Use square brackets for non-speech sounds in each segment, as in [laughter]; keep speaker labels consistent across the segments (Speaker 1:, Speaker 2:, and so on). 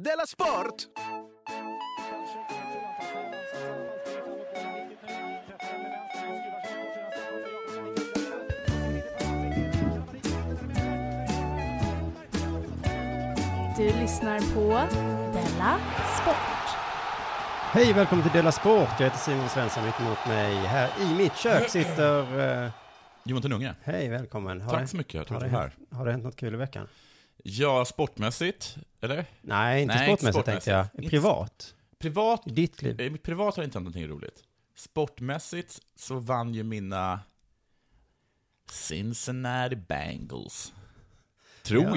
Speaker 1: Della Sport!
Speaker 2: Du lyssnar på Della Sport.
Speaker 3: Hej välkommen till Della Sport. Jag heter Simon Svensson. Mitt emot mig här i mitt kök sitter... eh,
Speaker 4: Jonathan Unge,
Speaker 3: hej, välkommen. Har
Speaker 4: tack
Speaker 3: det-
Speaker 4: så mycket. Tack
Speaker 3: har, det
Speaker 4: för det här.
Speaker 3: hänt, har det hänt något kul i veckan?
Speaker 4: Ja, sportmässigt, eller?
Speaker 3: Nej, inte
Speaker 4: Nej, inte
Speaker 3: sportmässigt tänkte jag.
Speaker 4: sportmässigt.
Speaker 3: Privat.
Speaker 4: Privat,
Speaker 3: I ditt liv.
Speaker 4: eh, mitt privat har inte hänt någonting roligt. Sportmässigt så vann ju mina Cincinnati Bengals. Tror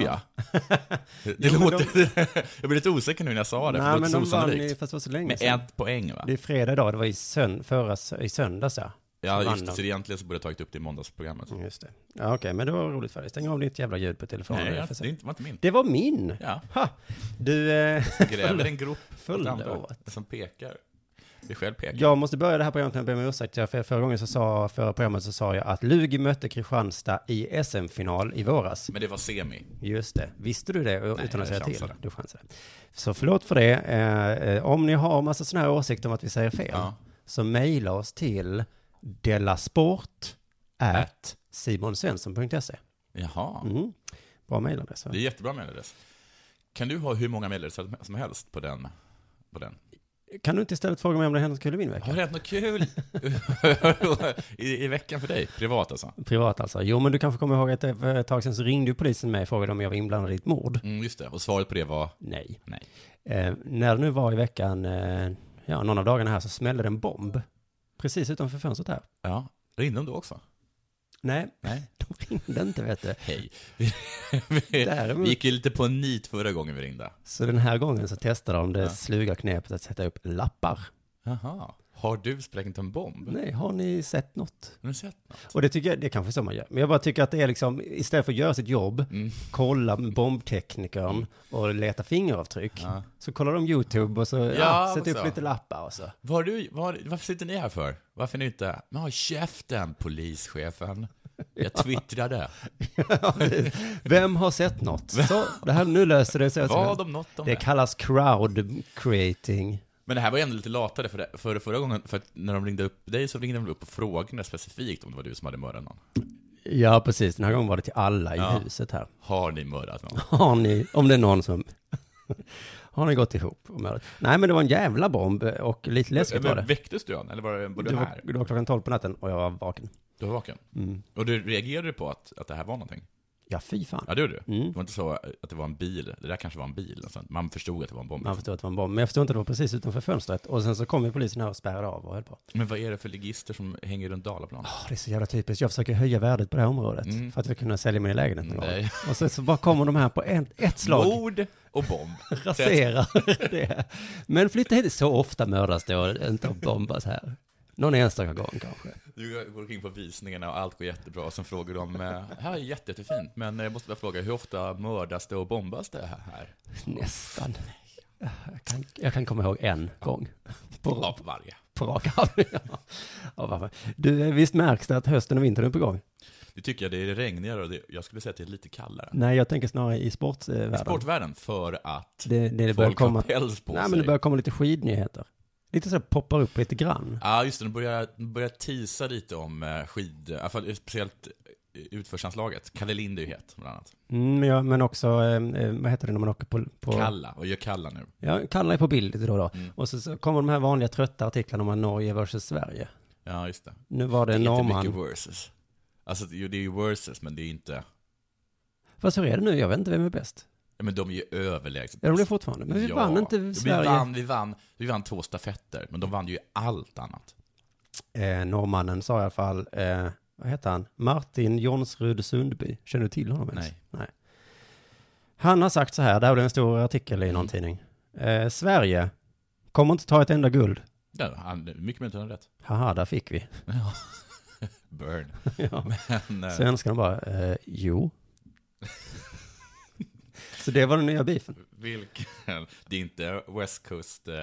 Speaker 3: [laughs] Ja.
Speaker 4: jag. Det
Speaker 3: Jo, men
Speaker 4: låter, [laughs] jag blir lite osäker nu när jag sa det,
Speaker 3: Nej,
Speaker 4: för det
Speaker 3: men
Speaker 4: låter
Speaker 3: de
Speaker 4: så
Speaker 3: vann ju,
Speaker 4: osannolikt.
Speaker 3: fast det var så länge
Speaker 4: Med
Speaker 3: sedan.
Speaker 4: ett poäng va?
Speaker 3: Det är fredag idag. Det var i, sönd förra, sö- i söndags, ja.
Speaker 4: Ja,
Speaker 3: vann
Speaker 4: just det.
Speaker 3: de.
Speaker 4: Så egentligen så borde jag tagit upp det i måndagsprogrammet.
Speaker 3: Mm, Just det. Ja, okej, men det var roligt för dig. Stäng av ditt jävla ljud på telefonen.
Speaker 4: Nej,
Speaker 3: Jag får
Speaker 4: det
Speaker 3: se.
Speaker 4: är inte- var
Speaker 3: [laughs]
Speaker 4: inte min.
Speaker 3: det var min.
Speaker 4: Ja,
Speaker 3: Ha! Du, eh, [laughs]
Speaker 4: gräver en grop åt andra
Speaker 3: förlåt.
Speaker 4: som pekar. Vi själv pekar.
Speaker 3: jag måste börja det här programmet med att be om ursäkt. Jag- För förra gången så sa, förra programmet så sa jag att Lugi mötte Kristianstad i SM-final i våras.
Speaker 4: Men det var semi.
Speaker 3: Just det. Visste du det
Speaker 4: Nej,
Speaker 3: utan att
Speaker 4: jag
Speaker 3: säga till?
Speaker 4: chansade.
Speaker 3: Du chansade. Så förlåt för det. Eh, eh, om ni har massa sådana här åsikter om att vi säger fel,
Speaker 4: Ja.
Speaker 3: så mejla oss till delasport at simonsvensson.se.
Speaker 4: Jaha.
Speaker 3: Mm. Bra mejladress. va?
Speaker 4: Det är jättebra mejladress. Kan du ha hur många mejladresser som helst på den? På den?
Speaker 3: Kan du inte istället fråga mig om det hänt något kul i min vecka?
Speaker 4: Har det hänt något kul [laughs] I, i veckan för dig? Privat alltså?
Speaker 3: Privat alltså. Jo, men du kanske kommer ihåg att det för ett tag sedan så ringde ju polisen mig och frågade om jag var inblandad i ett mord.
Speaker 4: Mm, just det. Och svaret på det var?
Speaker 3: Nej.
Speaker 4: Nej.
Speaker 3: Eh, när det nu var i veckan, eh, ja, någon av dagarna här, så smällde det en bomb. Precis utanför fönstret här.
Speaker 4: Ja. Ringde de då också?
Speaker 3: Nej,
Speaker 4: Nej.
Speaker 3: [laughs] de ringde inte vet du.
Speaker 4: [laughs] Hej. Vi, vi,
Speaker 3: Däremot,
Speaker 4: vi gick ju lite på en nit förra gången vi ringde.
Speaker 3: så den här gången så testade de det
Speaker 4: Ja.
Speaker 3: sluga knepet att sätta upp lappar.
Speaker 4: Jaha. Har du sprängt en bomb?
Speaker 3: Nej, har ni sett något?
Speaker 4: Har du sett något?
Speaker 3: Och det tycker jag, det är kanske så man gör. Men jag bara tycker att det är liksom, istället för att göra sitt jobb,
Speaker 4: Mm.
Speaker 3: kolla med bombteknikern och leta fingeravtryck,
Speaker 4: Ja.
Speaker 3: så kollar de YouTube och så, ja,
Speaker 4: Ja,
Speaker 3: sätter
Speaker 4: och
Speaker 3: upp
Speaker 4: så.
Speaker 3: lite lappar och så. [laughs]
Speaker 4: Var du, var, varför sitter ni här för? Varför är ni inte här? Men håll käften, polischefen. Jag twittrade.
Speaker 3: Vem har sett något? Så, det här, nu löser det sig.
Speaker 4: Vad om något om
Speaker 3: Det kallas crowd creating.
Speaker 4: Men det här var ju ändå lite latare för, det, för förra gången, för att när de ringde upp dig så ringde de väl upp och frågade specifikt om det var du som hade mördat någon.
Speaker 3: Ja, precis. Den här gången var det till alla i
Speaker 4: Ja.
Speaker 3: huset här.
Speaker 4: Har ni mördat någon?
Speaker 3: Har ni, om det är någon som... [laughs] Har ni gått ihop? och mördat? Nej, men det var en jävla bomb eh, och lite läskigt var
Speaker 4: Men,
Speaker 3: det.
Speaker 4: väcktes du än, eller var, det- var
Speaker 3: Det
Speaker 4: du
Speaker 3: var,
Speaker 4: här?
Speaker 3: det var klockan tolv på natten och jag var vaken.
Speaker 4: Du var vaken?
Speaker 3: Mm.
Speaker 4: Och du reagerade på att, att det här var någonting?
Speaker 3: Ja, fy fan.
Speaker 4: Ja, det gjorde du.
Speaker 3: Mm.
Speaker 4: Det var inte så att det var en bil, det där kanske var en bil, alltså, man förstod att det var en bomb.
Speaker 3: Man förstod att det var en bomb, men jag förstod inte att det var precis utanför fönstret. Och sen så kom ju polisen här och spärrade av och höll på.
Speaker 4: Men vad är det för ligister som hänger runt Dalaplan?
Speaker 3: Åh, det är så jävla typiskt. Jag försöker höja värdet på det här området
Speaker 4: Mm.
Speaker 3: för att jag ska kunna sälja min lägenhet någon gång.
Speaker 4: Nej.
Speaker 3: Och sen så bara kommer de här på en, ett slag.
Speaker 4: Mord och bomb.
Speaker 3: raserar [laughs] det. Men flytta hit, så ofta mördas det och inte bombas här. Någon enstaka gång kanske.
Speaker 4: Du går omkring på visningarna och allt går jättebra, sen frågar de, eh, här är jätte, jättefint, men jag måste bara fråga, hur ofta mördas det och bombas det här?
Speaker 3: Nästan. Jag kan, jag kan komma ihåg en gång.
Speaker 4: Ja,
Speaker 3: På,
Speaker 4: på Typ varje.
Speaker 3: på rak arm. [laughs] Ja. Ja, varför? du, eh, visst märks det att hösten och vintern är på gång?
Speaker 4: Det tycker jag, det är regnigare och det, jag skulle säga att det är lite kallare.
Speaker 3: Nej, jag tänker snarare i sportvärlden.
Speaker 4: Sportvärlden, för att
Speaker 3: det, det, det börjar
Speaker 4: folk
Speaker 3: komma,
Speaker 4: har päls på
Speaker 3: nej,
Speaker 4: sig.
Speaker 3: men det börjar komma lite skidnyheter. Lite så här poppar upp lite grann.
Speaker 4: Ja, just det, de börjar, de börjar tisa lite om eh, skid, i alla fall speciellt utförsanslaget. Kalle Lind är ju het, bland annat.
Speaker 3: Mm, men, jag, men också, eh, eh, vad heter det när man åker på... på
Speaker 4: Kalla, och gör Kalla nu.
Speaker 3: Ja, kallar är på bild lite då och då.
Speaker 4: Mm.
Speaker 3: Och så, så kommer de här vanliga trötta artiklarna om Norge versus Sverige.
Speaker 4: Ja, just det.
Speaker 3: Nu var det en
Speaker 4: Jättemycket
Speaker 3: norrman.
Speaker 4: versus. Alltså, det är ju- det är ju versus, men det är ju inte...
Speaker 3: Fast hur är det nu? Jag vet inte vem är bäst.
Speaker 4: Ja, men de är ju överlägset
Speaker 3: Är de det
Speaker 4: bäst.
Speaker 3: fortfarande? Men vi
Speaker 4: Ja.
Speaker 3: vann inte
Speaker 4: vi
Speaker 3: Sverige.
Speaker 4: Vann, vi, vann, vi vann två stafetter, men de vann ju allt annat.
Speaker 3: Eh, norrmannen sa i alla fall, eh, vad heter han? Martin Jonsrud Sundby. Känner du till honom ens?
Speaker 4: Nej.
Speaker 3: Nej. Han har sagt så här, det här blev en stor artikel i någon tidning. Eh, Sverige kommer inte ta ett enda guld.
Speaker 4: Ja, han, mycket möjligt att han har rätt. [laughs]
Speaker 3: Haha, där fick vi. [laughs]
Speaker 4: Ja. Burn.
Speaker 3: ja.
Speaker 4: Men, eh,
Speaker 3: Svenskarna bara, eh,
Speaker 4: [laughs]
Speaker 3: jo. så det var den nya beefen.
Speaker 4: Vilken? [laughs] Det är inte West Coast, eh,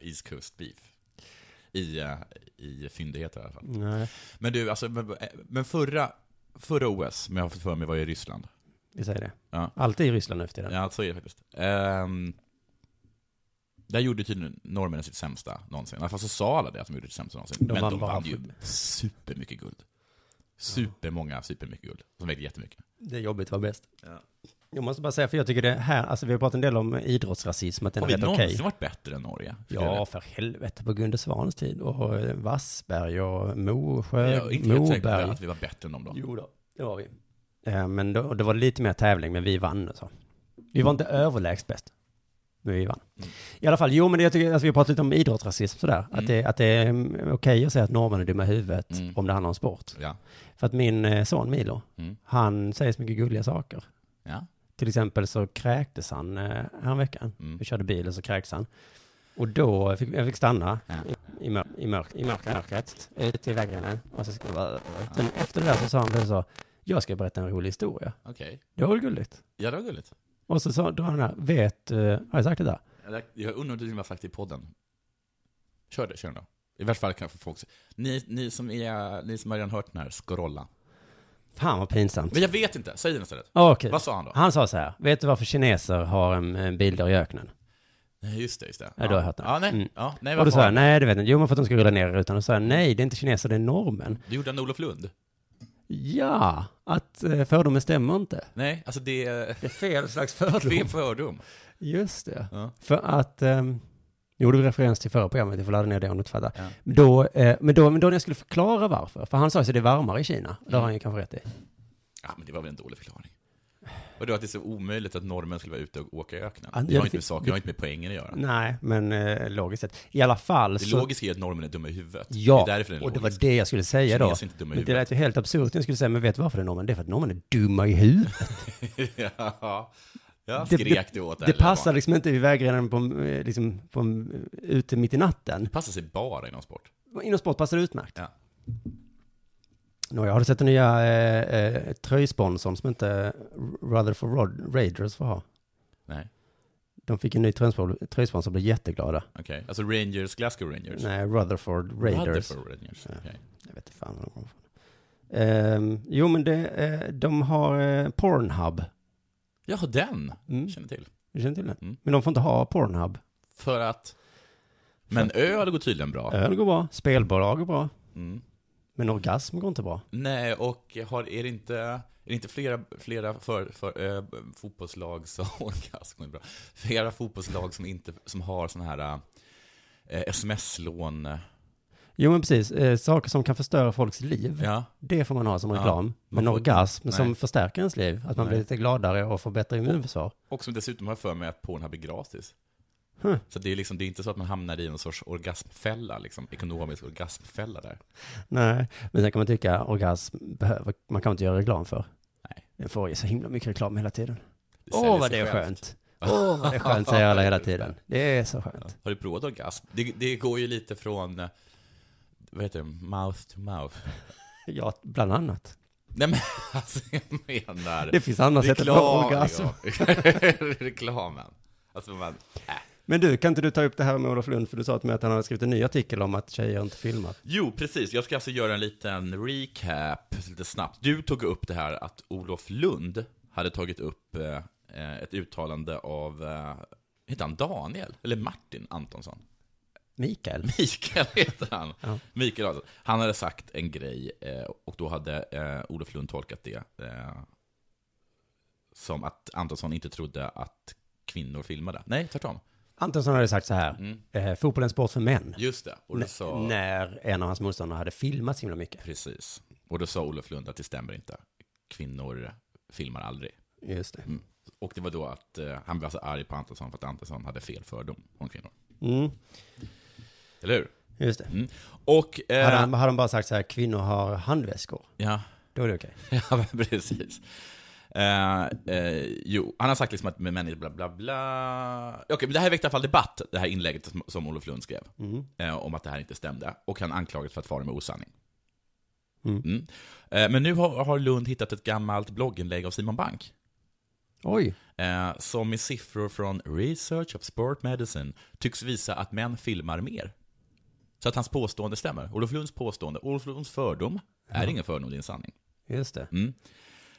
Speaker 4: East Coast beef. I, eh, i fyndigheter i alla fall.
Speaker 3: Nej.
Speaker 4: Men du, alltså, men, men förra, förra OS, men jag har fått för mig, var i Ryssland.
Speaker 3: Vi säger det.
Speaker 4: Ja.
Speaker 3: Allt är i Ryssland nu för tiden.
Speaker 4: Ja, så är det faktiskt. Ehm, Där gjorde tydligen norrmännen sitt sämsta någonsin. I alla fall så sa alla det att de gjorde sitt sämsta någonsin.
Speaker 3: De
Speaker 4: Men
Speaker 3: vann
Speaker 4: de
Speaker 3: bara
Speaker 4: vann
Speaker 3: för-
Speaker 4: ju supermycket guld. Supermånga, supermycket guld. Som vägde jättemycket.
Speaker 3: Det är jobbigt var bäst.
Speaker 4: Ja.
Speaker 3: Jag måste bara säga, för jag tycker det här, alltså vi har pratat en del om idrottsrasism, att den
Speaker 4: Har
Speaker 3: är
Speaker 4: vi
Speaker 3: rätt okej.
Speaker 4: någonsin varit bättre än Norge?
Speaker 3: Ja, för helvete, på Gunde Svans tid och eh, Wassberg och Mosjö,
Speaker 4: Jag är inte helt säker på
Speaker 3: Moberg.
Speaker 4: att vi var bättre än dem då.
Speaker 3: Jo då, det var vi. Eh, Men då, det var lite mer tävling, men vi vann alltså. Vi var inte överlägset bäst. Men vi vann.
Speaker 4: Mm.
Speaker 3: I alla fall, jo men jag tycker, alltså, vi har pratat lite om idrottsrasism sådär. Att,
Speaker 4: Mm.
Speaker 3: det, att det är mm, okej att säga att norrmän är dumma i huvudet
Speaker 4: Mm.
Speaker 3: om det handlar om sport.
Speaker 4: Ja.
Speaker 3: För att min eh, son Milo,
Speaker 4: Mm.
Speaker 3: han säger så mycket gulliga saker.
Speaker 4: Ja.
Speaker 3: Till exempel så kräktes han eh, häromveckan.
Speaker 4: Mm.
Speaker 3: Vi körde bilen så kräktes han. Och då fick jag fick stanna
Speaker 4: Ja.
Speaker 3: i, mörk, i, mörk, i mörk- mörkret, ut i väggrenen. Och så skulle jag bara... Sen efter det där så sa han plötsligt så, jag ska berätta en rolig historia.
Speaker 4: Okej.
Speaker 3: Det var väl gulligt?
Speaker 4: Ja, det var gulligt.
Speaker 3: Och så sa då han här, vet, eh, har jag sagt det där?
Speaker 4: Jag undrar om du har sagt det i podden. Kör det, kör den då. I värsta fall kanske folk ni, ni, som är, ni som har redan hört den här, scrolla.
Speaker 3: Fan vad pinsamt.
Speaker 4: Men jag vet inte, säg den istället.
Speaker 3: Okej.
Speaker 4: Vad sa han då?
Speaker 3: Han sa så här, vet du varför kineser har en, en bildörr i öknen?
Speaker 4: Nej, just det, just det.
Speaker 3: Ja, du har hört den.
Speaker 4: Ja, nej.
Speaker 3: Mm.
Speaker 4: Ja, nej
Speaker 3: och då
Speaker 4: vad
Speaker 3: sa jag,
Speaker 4: fan.
Speaker 3: nej det vet jag inte. Jo men för att de ska rulla ner i rutan. Och då sa jag, nej det är inte kineser, det är norrmän.
Speaker 4: Du gjorde en Olof Lund?
Speaker 3: Ja, att eh, fördomen stämmer inte.
Speaker 4: Nej, alltså det är
Speaker 3: Det är fel slags
Speaker 4: fel fördom.
Speaker 3: Just det.
Speaker 4: Ja.
Speaker 3: För att, um, jo det var referens till förra programmet, du får ladda ner det om du inte fattar.
Speaker 4: Ja.
Speaker 3: Då, eh, men, då, men då när jag skulle förklara varför, för han sa ju att det är varmare i Kina, det har
Speaker 4: Mm.
Speaker 3: han ju kanske rätt i.
Speaker 4: ja, men det var väl en dålig förklaring. Och då att det är så omöjligt att norrmän skulle vara ute och åka i öknen.
Speaker 3: Ja,
Speaker 4: Det
Speaker 3: det-
Speaker 4: har inte med saker, det har inte med poängen att göra.
Speaker 3: Nej, men eh, logiskt sett. I alla fall
Speaker 4: Det
Speaker 3: så...
Speaker 4: logiska är att norrmän är dumma i huvudet.
Speaker 3: Ja,
Speaker 4: det är därför den är
Speaker 3: och det var
Speaker 4: logisk.
Speaker 3: det jag skulle säga då.
Speaker 4: Kineser är inte dumma i
Speaker 3: Men det
Speaker 4: huvudet.
Speaker 3: lät ju helt absurt när jag skulle säga, men vet du varför det är normen? Det är för att normen är dumma i huvudet.
Speaker 4: [laughs] ja, jag
Speaker 3: Det-
Speaker 4: skrek det åt
Speaker 3: Det
Speaker 4: eller
Speaker 3: passar
Speaker 4: vad?
Speaker 3: liksom inte vid vägrenen på, en, eh, liksom, på en, ute mitt i natten.
Speaker 4: Det passar sig bara inom sport.
Speaker 3: Inom sport passar det utmärkt.
Speaker 4: Ja.
Speaker 3: Nåja, har du sett den nya eh, eh, tröjsponsorn som inte Rutherford Rod Raiders får ha?
Speaker 4: Nej,
Speaker 3: De fick en ny tröjsponsor tröjsponsor och blev jätteglada.
Speaker 4: okej. Alltså Rangers, Glasgow Rangers.
Speaker 3: Nej, Rutherford Raiders.
Speaker 4: Rutherford Rangers.
Speaker 3: Ja.
Speaker 4: okej.
Speaker 3: Jag vet inte fan var de kommer ifrån. Ehm, jo, men det, eh, de har eh, Pornhub.
Speaker 4: Jaha, den
Speaker 3: Mm.
Speaker 4: känner till.
Speaker 3: Du känner till den?
Speaker 4: Mm.
Speaker 3: Men de får inte ha Pornhub.
Speaker 4: För att... Men öl går tydligen bra.
Speaker 3: Öl går bra, spelbolag går bra,
Speaker 4: Mm.
Speaker 3: men orgasm går inte bra.
Speaker 4: Nej, och har, är, det inte, är det inte flera, flera för, för, eh, fotbollslag som... [laughs] Orgasm är bra. Flera fotbollslag som, inte, som har sån här eh, sms-lån.
Speaker 3: Jo, men precis. Eh, saker som kan förstöra folks liv,
Speaker 4: Ja.
Speaker 3: det får man ha som
Speaker 4: Ja,
Speaker 3: reklam.
Speaker 4: man
Speaker 3: men
Speaker 4: får-
Speaker 3: orgasm som
Speaker 4: Nej.
Speaker 3: förstärker ens liv, att man
Speaker 4: Nej.
Speaker 3: blir lite gladare och får bättre immunförsvar.
Speaker 4: Och som dessutom har för mig att Pornhub är gratis.
Speaker 3: Huh.
Speaker 4: Så det är, liksom, det är inte så att man hamnar i någon sorts orgasmfälla, liksom, ekonomisk orgasmfälla där.
Speaker 3: Nej, men sen kan man tycka orgasm behöver, man kan inte göra reklam för.
Speaker 4: Nej.
Speaker 3: Den får ju så himla mycket reklam hela tiden.
Speaker 4: Det
Speaker 3: Åh,
Speaker 4: säljer
Speaker 3: vad
Speaker 4: sig
Speaker 3: det är
Speaker 4: självt.
Speaker 3: skönt. Åh, vad det är skönt, säger
Speaker 4: [laughs]
Speaker 3: alla hela tiden. Det är så skönt.
Speaker 4: Har du provat orgasm? Det, det går ju lite från, eh, vad heter det, mouth to mouth.
Speaker 3: Ja, bland annat.
Speaker 4: Nej men [laughs] alltså jag menar...
Speaker 3: Det finns andra sätt att nå orgasm.
Speaker 4: [laughs] ja. [laughs] Reklamen. Alltså man,
Speaker 3: Men du, kan inte du ta upp det här med Olof Lund? För du sa till mig att han hade skrivit en ny artikel om att tjejer inte filmar.
Speaker 4: Jo, precis. Jag ska alltså göra en liten recap lite snabbt. Du tog upp det här att Olof Lund hade tagit upp eh, eh, ett uttalande av, eh, heter han Daniel? Eller Martin Antonsson? [laughs]
Speaker 3: Mikael?
Speaker 4: Mikael heter han.
Speaker 3: Ja.
Speaker 4: Mikael Adolfsson. Han hade sagt en grej eh, och då hade eh, Olof Lund tolkat det eh, som att Antonsson inte trodde att kvinnor filmade. Nej, tvärtom.
Speaker 3: Antonsson hade sagt så här,
Speaker 4: Mm.
Speaker 3: eh, fotboll är en sport för män.
Speaker 4: Just det. Och då
Speaker 3: N-
Speaker 4: sa...
Speaker 3: När en av hans motståndare hade filmat så himla mycket.
Speaker 4: Precis. Och då sa Olof Lund att det stämmer inte. Kvinnor filmar aldrig.
Speaker 3: Just det.
Speaker 4: Och det var då att eh, han blev alltså arg på Antonsson för att Antonsson hade fel fördom om kvinnor.
Speaker 3: Mm,
Speaker 4: Eller hur?
Speaker 3: just det.
Speaker 4: Och... Eh,
Speaker 3: Hade, han, hade han bara sagt så här, kvinnor har handväskor,
Speaker 4: Ja, [laughs]
Speaker 3: då är det okej.
Speaker 4: ja men precis. Eh, eh, jo, han har sagt liksom att med människor bla bla bla. Okej, men det här väckte i alla fall debatt, det här inlägget som, som Olof Lund skrev.
Speaker 3: Mm.
Speaker 4: eh, om att det här inte stämde. Och han anklagades för att fara med osanning.
Speaker 3: Mm.
Speaker 4: Mm. Eh, men nu har, har Lund hittat ett gammalt blogginlägg av Simon Bank.
Speaker 3: Oj,
Speaker 4: Eh, som i siffror från Research of Sport Medicine tycks visa att män filmar mer. Så att hans påstående stämmer. Olof Lunds påstående, Olof Lunds fördom, är ingen fördom, det är en sanning.
Speaker 3: just det.
Speaker 4: Mm.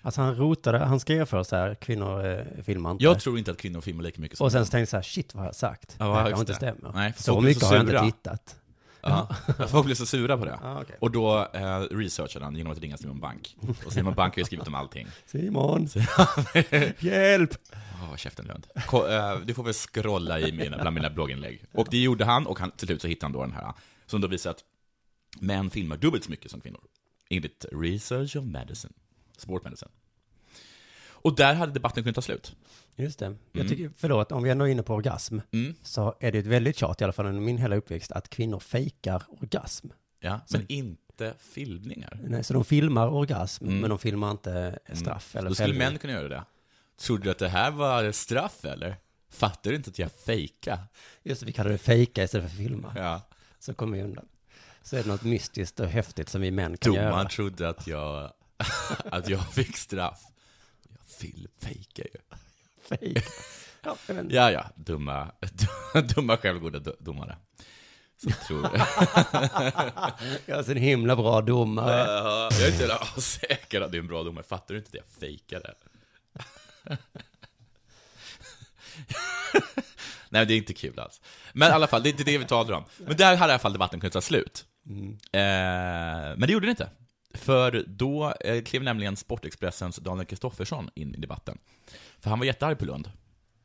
Speaker 3: Alltså han rotade, han skrev först så här, kvinnor eh, filmar inte.
Speaker 4: Jag tror inte att kvinnor filmar lika mycket som
Speaker 3: och sen så tänkte jag så här, shit vad har jag sagt?
Speaker 4: Ja,
Speaker 3: det
Speaker 4: vad
Speaker 3: här
Speaker 4: högt
Speaker 3: kanske inte
Speaker 4: det.
Speaker 3: stämmer.
Speaker 4: Nej, för
Speaker 3: så
Speaker 4: folk blir
Speaker 3: mycket
Speaker 4: så
Speaker 3: har jag inte
Speaker 4: sura.
Speaker 3: tittat.
Speaker 4: Ja.
Speaker 3: [laughs]
Speaker 4: Folk blev så sura på det.
Speaker 3: Ah, okay.
Speaker 4: Och då eh, researchade han genom att ringa Simon Bank. Och Simon Bank har ju skrivit om allting. [laughs]
Speaker 3: Simon! Hjälp!
Speaker 4: Ja, käften Lund. Ko- eh, Du får väl scrolla i mina, bland mina blogginlägg. Och det gjorde han, och han, till slut så hittade han då den här, som då visar att män filmar dubbelt så mycket som kvinnor. Enligt Research of Medicine, Sport Medicine. Och där hade debatten kunnat ta slut.
Speaker 3: Just det. Jag tycker, förlåt, om vi ändå är inne på orgasm,
Speaker 4: Mm.
Speaker 3: så är det ett väldigt tjat, i alla fall under min hela uppväxt, att kvinnor fejkar orgasm.
Speaker 4: Ja, men inte filmningar.
Speaker 3: Nej, så de filmar orgasm,
Speaker 4: Mm.
Speaker 3: men de filmar inte straff eller
Speaker 4: Då skulle
Speaker 3: fällning.
Speaker 4: män kunna göra det. Trodde du att det här var straff eller? Fattar du inte att jag fejka?
Speaker 3: Just det, vi kallar det fejka istället för filma.
Speaker 4: Ja.
Speaker 3: Så kommer vi undan. Så är det något mystiskt och häftigt som vi män kan
Speaker 4: Domaren
Speaker 3: göra.
Speaker 4: trodde att jag, [laughs] att jag fick straff. Jag fil- fejkar ju.
Speaker 3: Fejka. Ja, men,
Speaker 4: Ja, ja, dumma, [laughs] dumma självgoda do- domare. Som tror...
Speaker 3: Jag är så en himla bra domare.
Speaker 4: [laughs] Ja, jag är inte så jävla säker att du är en bra domare. Fattar du inte att jag fejkade? [laughs] Nej, det är inte kul alls. Men i alla fall, det är inte det vi talar om. Men där hade i alla fall debatten kunnat ta slut. Eh, men det gjorde den inte. För då eh, klev nämligen Sportexpressens Daniel Kristoffersson in i debatten. För han var jättearg på Lund.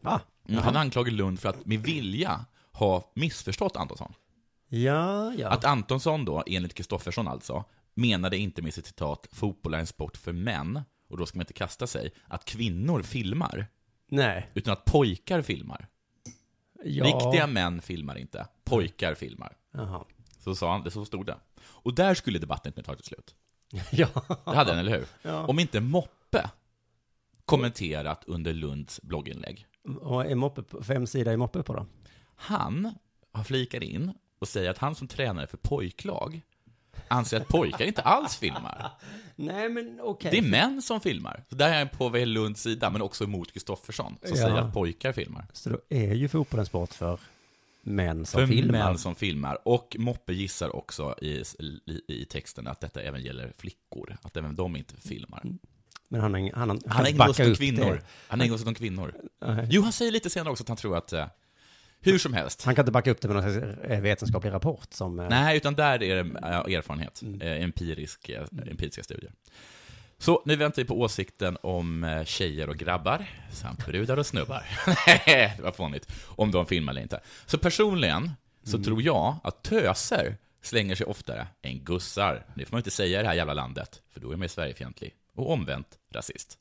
Speaker 3: Va?
Speaker 4: Mm. Han anklagade Lund för att med vilja ha missförstått Antonsson.
Speaker 3: Ja, ja.
Speaker 4: Att Antonsson då, enligt Kristoffersson alltså, menade inte med sitt citat ”fotboll är en sport för män” och då ska man inte kasta sig, att kvinnor filmar,
Speaker 3: Nej.
Speaker 4: utan att pojkar filmar.
Speaker 3: Ja.
Speaker 4: Riktiga män filmar inte, pojkar filmar.
Speaker 3: Jaha. [laughs]
Speaker 4: Så sa han, det så stod det. Och där skulle debatten kunna ta till slut.
Speaker 3: Ja.
Speaker 4: Det hade den, eller hur?
Speaker 3: Ja.
Speaker 4: Om inte Moppe kommenterat under Lunds blogginlägg.
Speaker 3: Och är moppe på, fem sidor i moppe på då?
Speaker 4: Han har flikat in och säger att han som tränare för pojklag anser att pojkar inte alls filmar.
Speaker 3: Nej, men okej.
Speaker 4: Det är män som filmar. Så där är han på Vejl Lunds sida, men också emot Kristoffersson, som
Speaker 3: Ja.
Speaker 4: säger att pojkar filmar.
Speaker 3: Så då är ju fotboll en sport för män som
Speaker 4: För
Speaker 3: filmar.
Speaker 4: män som filmar. Och Moppe gissar också i, i, i texten att detta även gäller flickor, att även de inte filmar.
Speaker 3: Men han, har ingen- han, han,
Speaker 4: Han ägnar
Speaker 3: backar
Speaker 4: sig åt
Speaker 3: upp
Speaker 4: kvinnor.
Speaker 3: det.
Speaker 4: Han ägnar sig åt kvinnor.
Speaker 3: Nej.
Speaker 4: Jo, han säger lite senare också att han tror att, eh, hur som helst,
Speaker 3: Han kan inte backa upp det med någon slags eh, vetenskaplig rapport som... eh,
Speaker 4: Nej, utan där är det eh, erfarenhet, eh, empirisk, eh, empiriska studier. Så nu väntar vi på åsikten om eh, tjejer och grabbar, samt brudar och snubbar. [laughs] Nej, det var fånigt. Om de filmar eller inte. Så personligen så tror jag att töser slänger sig oftare än gussar. Det får man inte säga i det här jävla landet, för då är man ju Sverigefientlig. Och omvänt rasist.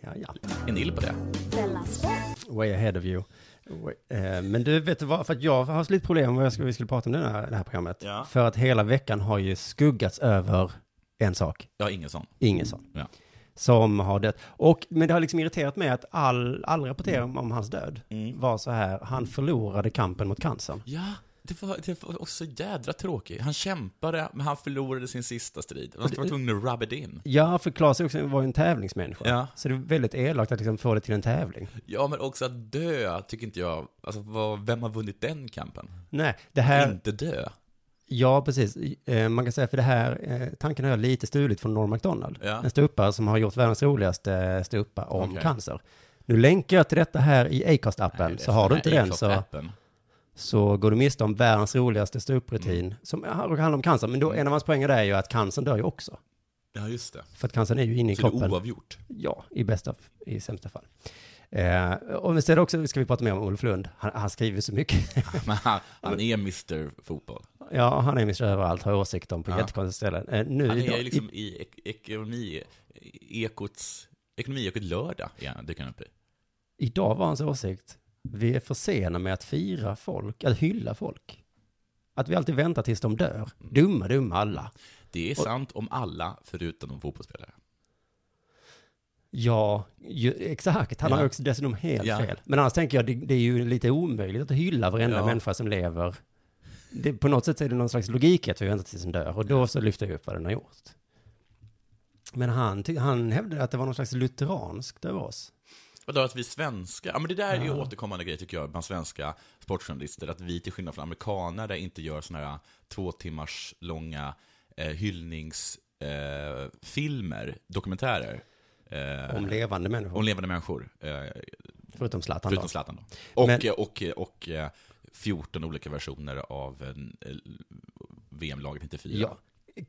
Speaker 3: Ja, ja.
Speaker 4: En ill på det.
Speaker 2: Della Sport.
Speaker 3: Way ahead of you. Way- eh, Men du, vet du vad? För att jag har haft lite problem med vad jag skulle- vi skulle prata om i den här, det här programmet.
Speaker 4: Ja.
Speaker 3: För att hela veckan har ju skuggats över en sak.
Speaker 4: Jag har ingen sån.
Speaker 3: Ingesson.
Speaker 4: Ja.
Speaker 3: Som har dött. Och, men det har liksom irriterat mig att all, all rapportering om hans död
Speaker 4: Mm.
Speaker 3: var så här, han förlorade kampen mot cancern.
Speaker 4: Ja, det var, det var också jädra tråkigt. Han kämpade, men han förlorade sin sista strid. Han var tvungen att rub it in.
Speaker 3: Ja, för Claes också var ju en tävlingsmänniska.
Speaker 4: Ja.
Speaker 3: Så det är väldigt elakt att liksom få det till en tävling.
Speaker 4: Ja, men också att dö tycker inte jag, alltså vad, vem har vunnit den kampen?
Speaker 3: Nej, det här,
Speaker 4: Inte dö.
Speaker 3: ja precis, Eh, man kan säga för det här, eh, tanken har jag lite stulit från Norm MacDonald.
Speaker 4: Ja.
Speaker 3: En ståuppare som har gjort världens roligaste ståuppa om
Speaker 4: Okej.
Speaker 3: cancer. Nu länkar jag till detta här i Acast-appen,
Speaker 4: Nej,
Speaker 3: så har du inte
Speaker 4: här
Speaker 3: den så...
Speaker 4: Acast-appen.
Speaker 3: så går du miste om världens roligaste ståupprutin
Speaker 4: Mm.
Speaker 3: som handlar om cancer. Men då, en av hans poänger där är ju att cancern dör ju också.
Speaker 4: Ja, just det.
Speaker 3: För att cancern är ju inne i
Speaker 4: Så det är
Speaker 3: kroppen.
Speaker 4: oavgjort. [laughs]
Speaker 3: ja, i bästa, i sämsta fall. Eh, och vi ser också, ska vi prata mer om Olof Lund. Han, han skriver så mycket. [laughs]
Speaker 4: Men han, han är Mr Fotboll.
Speaker 3: ja, han är Mr. Överallt, har åsikter om på
Speaker 4: Ja.
Speaker 3: jättekonstiga ställen. Eh, nu
Speaker 4: Han
Speaker 3: idag,
Speaker 4: är liksom i ek- ekonomi, ekots, ekonomiekot lördag, ja, det kan han bli.
Speaker 3: i, idag var hans åsikt, vi är för sena med att fira folk, att hylla folk. Att vi alltid väntar tills de dör.
Speaker 4: Mm.
Speaker 3: Dumma, dumma alla.
Speaker 4: Det är sant om alla förutom de fotbollsspelare.
Speaker 3: Ja, ju, exakt. Han
Speaker 4: Ja.
Speaker 3: har också dessutom helt
Speaker 4: Ja.
Speaker 3: fel. Men annars tänker jag, det, det är ju lite omöjligt att hylla varenda
Speaker 4: Ja.
Speaker 3: människa som lever. Det, på något sätt är det någon slags logik i att vi väntar tills den dör. Och då så lyfter jag upp vad den har gjort. Men han, ty- han hävdade att det var någon slags lutheranskt över oss.
Speaker 4: Vadå, att vi svenskar? Ja, men det där är ju
Speaker 3: Ja.
Speaker 4: återkommande grej tycker jag, bland svenska sportjournalister, att vi till skillnad från amerikanare inte gör sådana här två timmars långa eh, hyllnings eh, filmer, dokumentärer. eh,
Speaker 3: Om levande människor.
Speaker 4: om levande människor. Eh,
Speaker 3: Förutom Zlatan då.
Speaker 4: förutom Zlatan då. Och,
Speaker 3: Men-
Speaker 4: eh, och, eh, och, eh, 14 olika versioner av eh, VM-laget 94.
Speaker 3: Ja.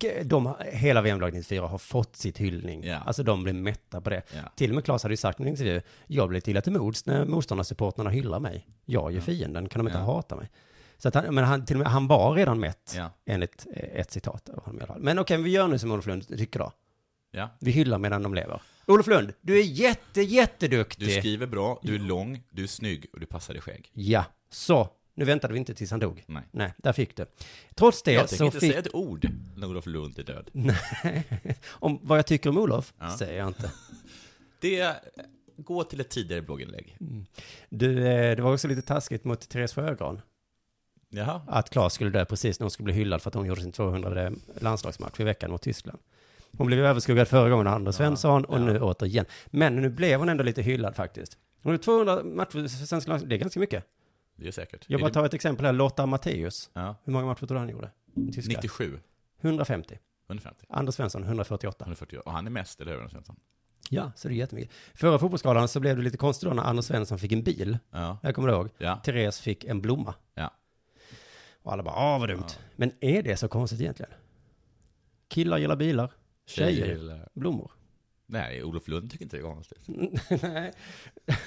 Speaker 3: K- De, har- hela VM-laget 94 har fått sitt hyllning.
Speaker 4: Ja.
Speaker 3: Alltså de blir mätta på det.
Speaker 4: Ja.
Speaker 3: Till och med Claes hade ju sagt i en intervju, jag blir till till mods när motståndarsupportrarna hyllar mig. Jag är ju fienden, kan de inte
Speaker 4: Ja.
Speaker 3: hata mig? Så att han, men han, till och med, han var redan mätt,
Speaker 4: Ja.
Speaker 3: enligt eh, ett citat av honom i alla fall. Men okej, vi gör nu som Olof Lund tycker då.
Speaker 4: Ja.
Speaker 3: Vi hyllar medan de lever. Olof Lund, du är jätte, jätteduktig!
Speaker 4: Du skriver bra, du är lång, du är snygg och du passar i skägg.
Speaker 3: Ja, så. Nu väntade vi inte tills han dog.
Speaker 4: Nej.
Speaker 3: Nej, där fick du. Trots det
Speaker 4: Jag tänker
Speaker 3: så
Speaker 4: inte
Speaker 3: fick...
Speaker 4: säga ett ord när Olof Lund är död.
Speaker 3: Nej. [laughs] Om vad jag tycker om Olof,
Speaker 4: Ja.
Speaker 3: säger jag inte.
Speaker 4: Det, gå till ett tidigare blogginlägg.
Speaker 3: Du, eh, det var också lite taskigt mot Therese Sjögran.
Speaker 4: Jaha.
Speaker 3: Att Klas skulle dö precis när hon skulle bli hyllad för att hon gjorde sin 200 landslagsmatch i veckan mot Tyskland. Hon blev överskuggad förra gången av Anders Svensson och nu återigen. Men nu blev hon ändå lite hyllad faktiskt. Hon gjorde 200 matcher för svenska landslaget, det är ganska mycket.
Speaker 4: Det är säkert.
Speaker 3: Jag
Speaker 4: Är
Speaker 3: bara
Speaker 4: det-
Speaker 3: tar ett exempel här, Lotta Matteus.
Speaker 4: ja.
Speaker 3: Hur många matcher tror du han gjorde? Tyska?
Speaker 4: 97,
Speaker 3: 150.
Speaker 4: 150,
Speaker 3: Anders Svensson 148.
Speaker 4: 140. Och han är mest, eller hur? Anders Svensson?
Speaker 3: Ja, så det är jättemycket. Förra fotbollsskalan så blev det lite konstigt då när Anders Svensson fick en bil.
Speaker 4: Ja.
Speaker 3: Jag kommer ihåg.
Speaker 4: Ja.
Speaker 3: Therese fick en blomma.
Speaker 4: ja.
Speaker 3: Och alla bara, ah vad dumt. Men är det så konstigt egentligen? Killar gillar bilar, tjejer, gillar
Speaker 4: eller-
Speaker 3: blommor. [laughs]
Speaker 4: Nej, Olof Lund tycker inte det är konstigt.
Speaker 3: Nej.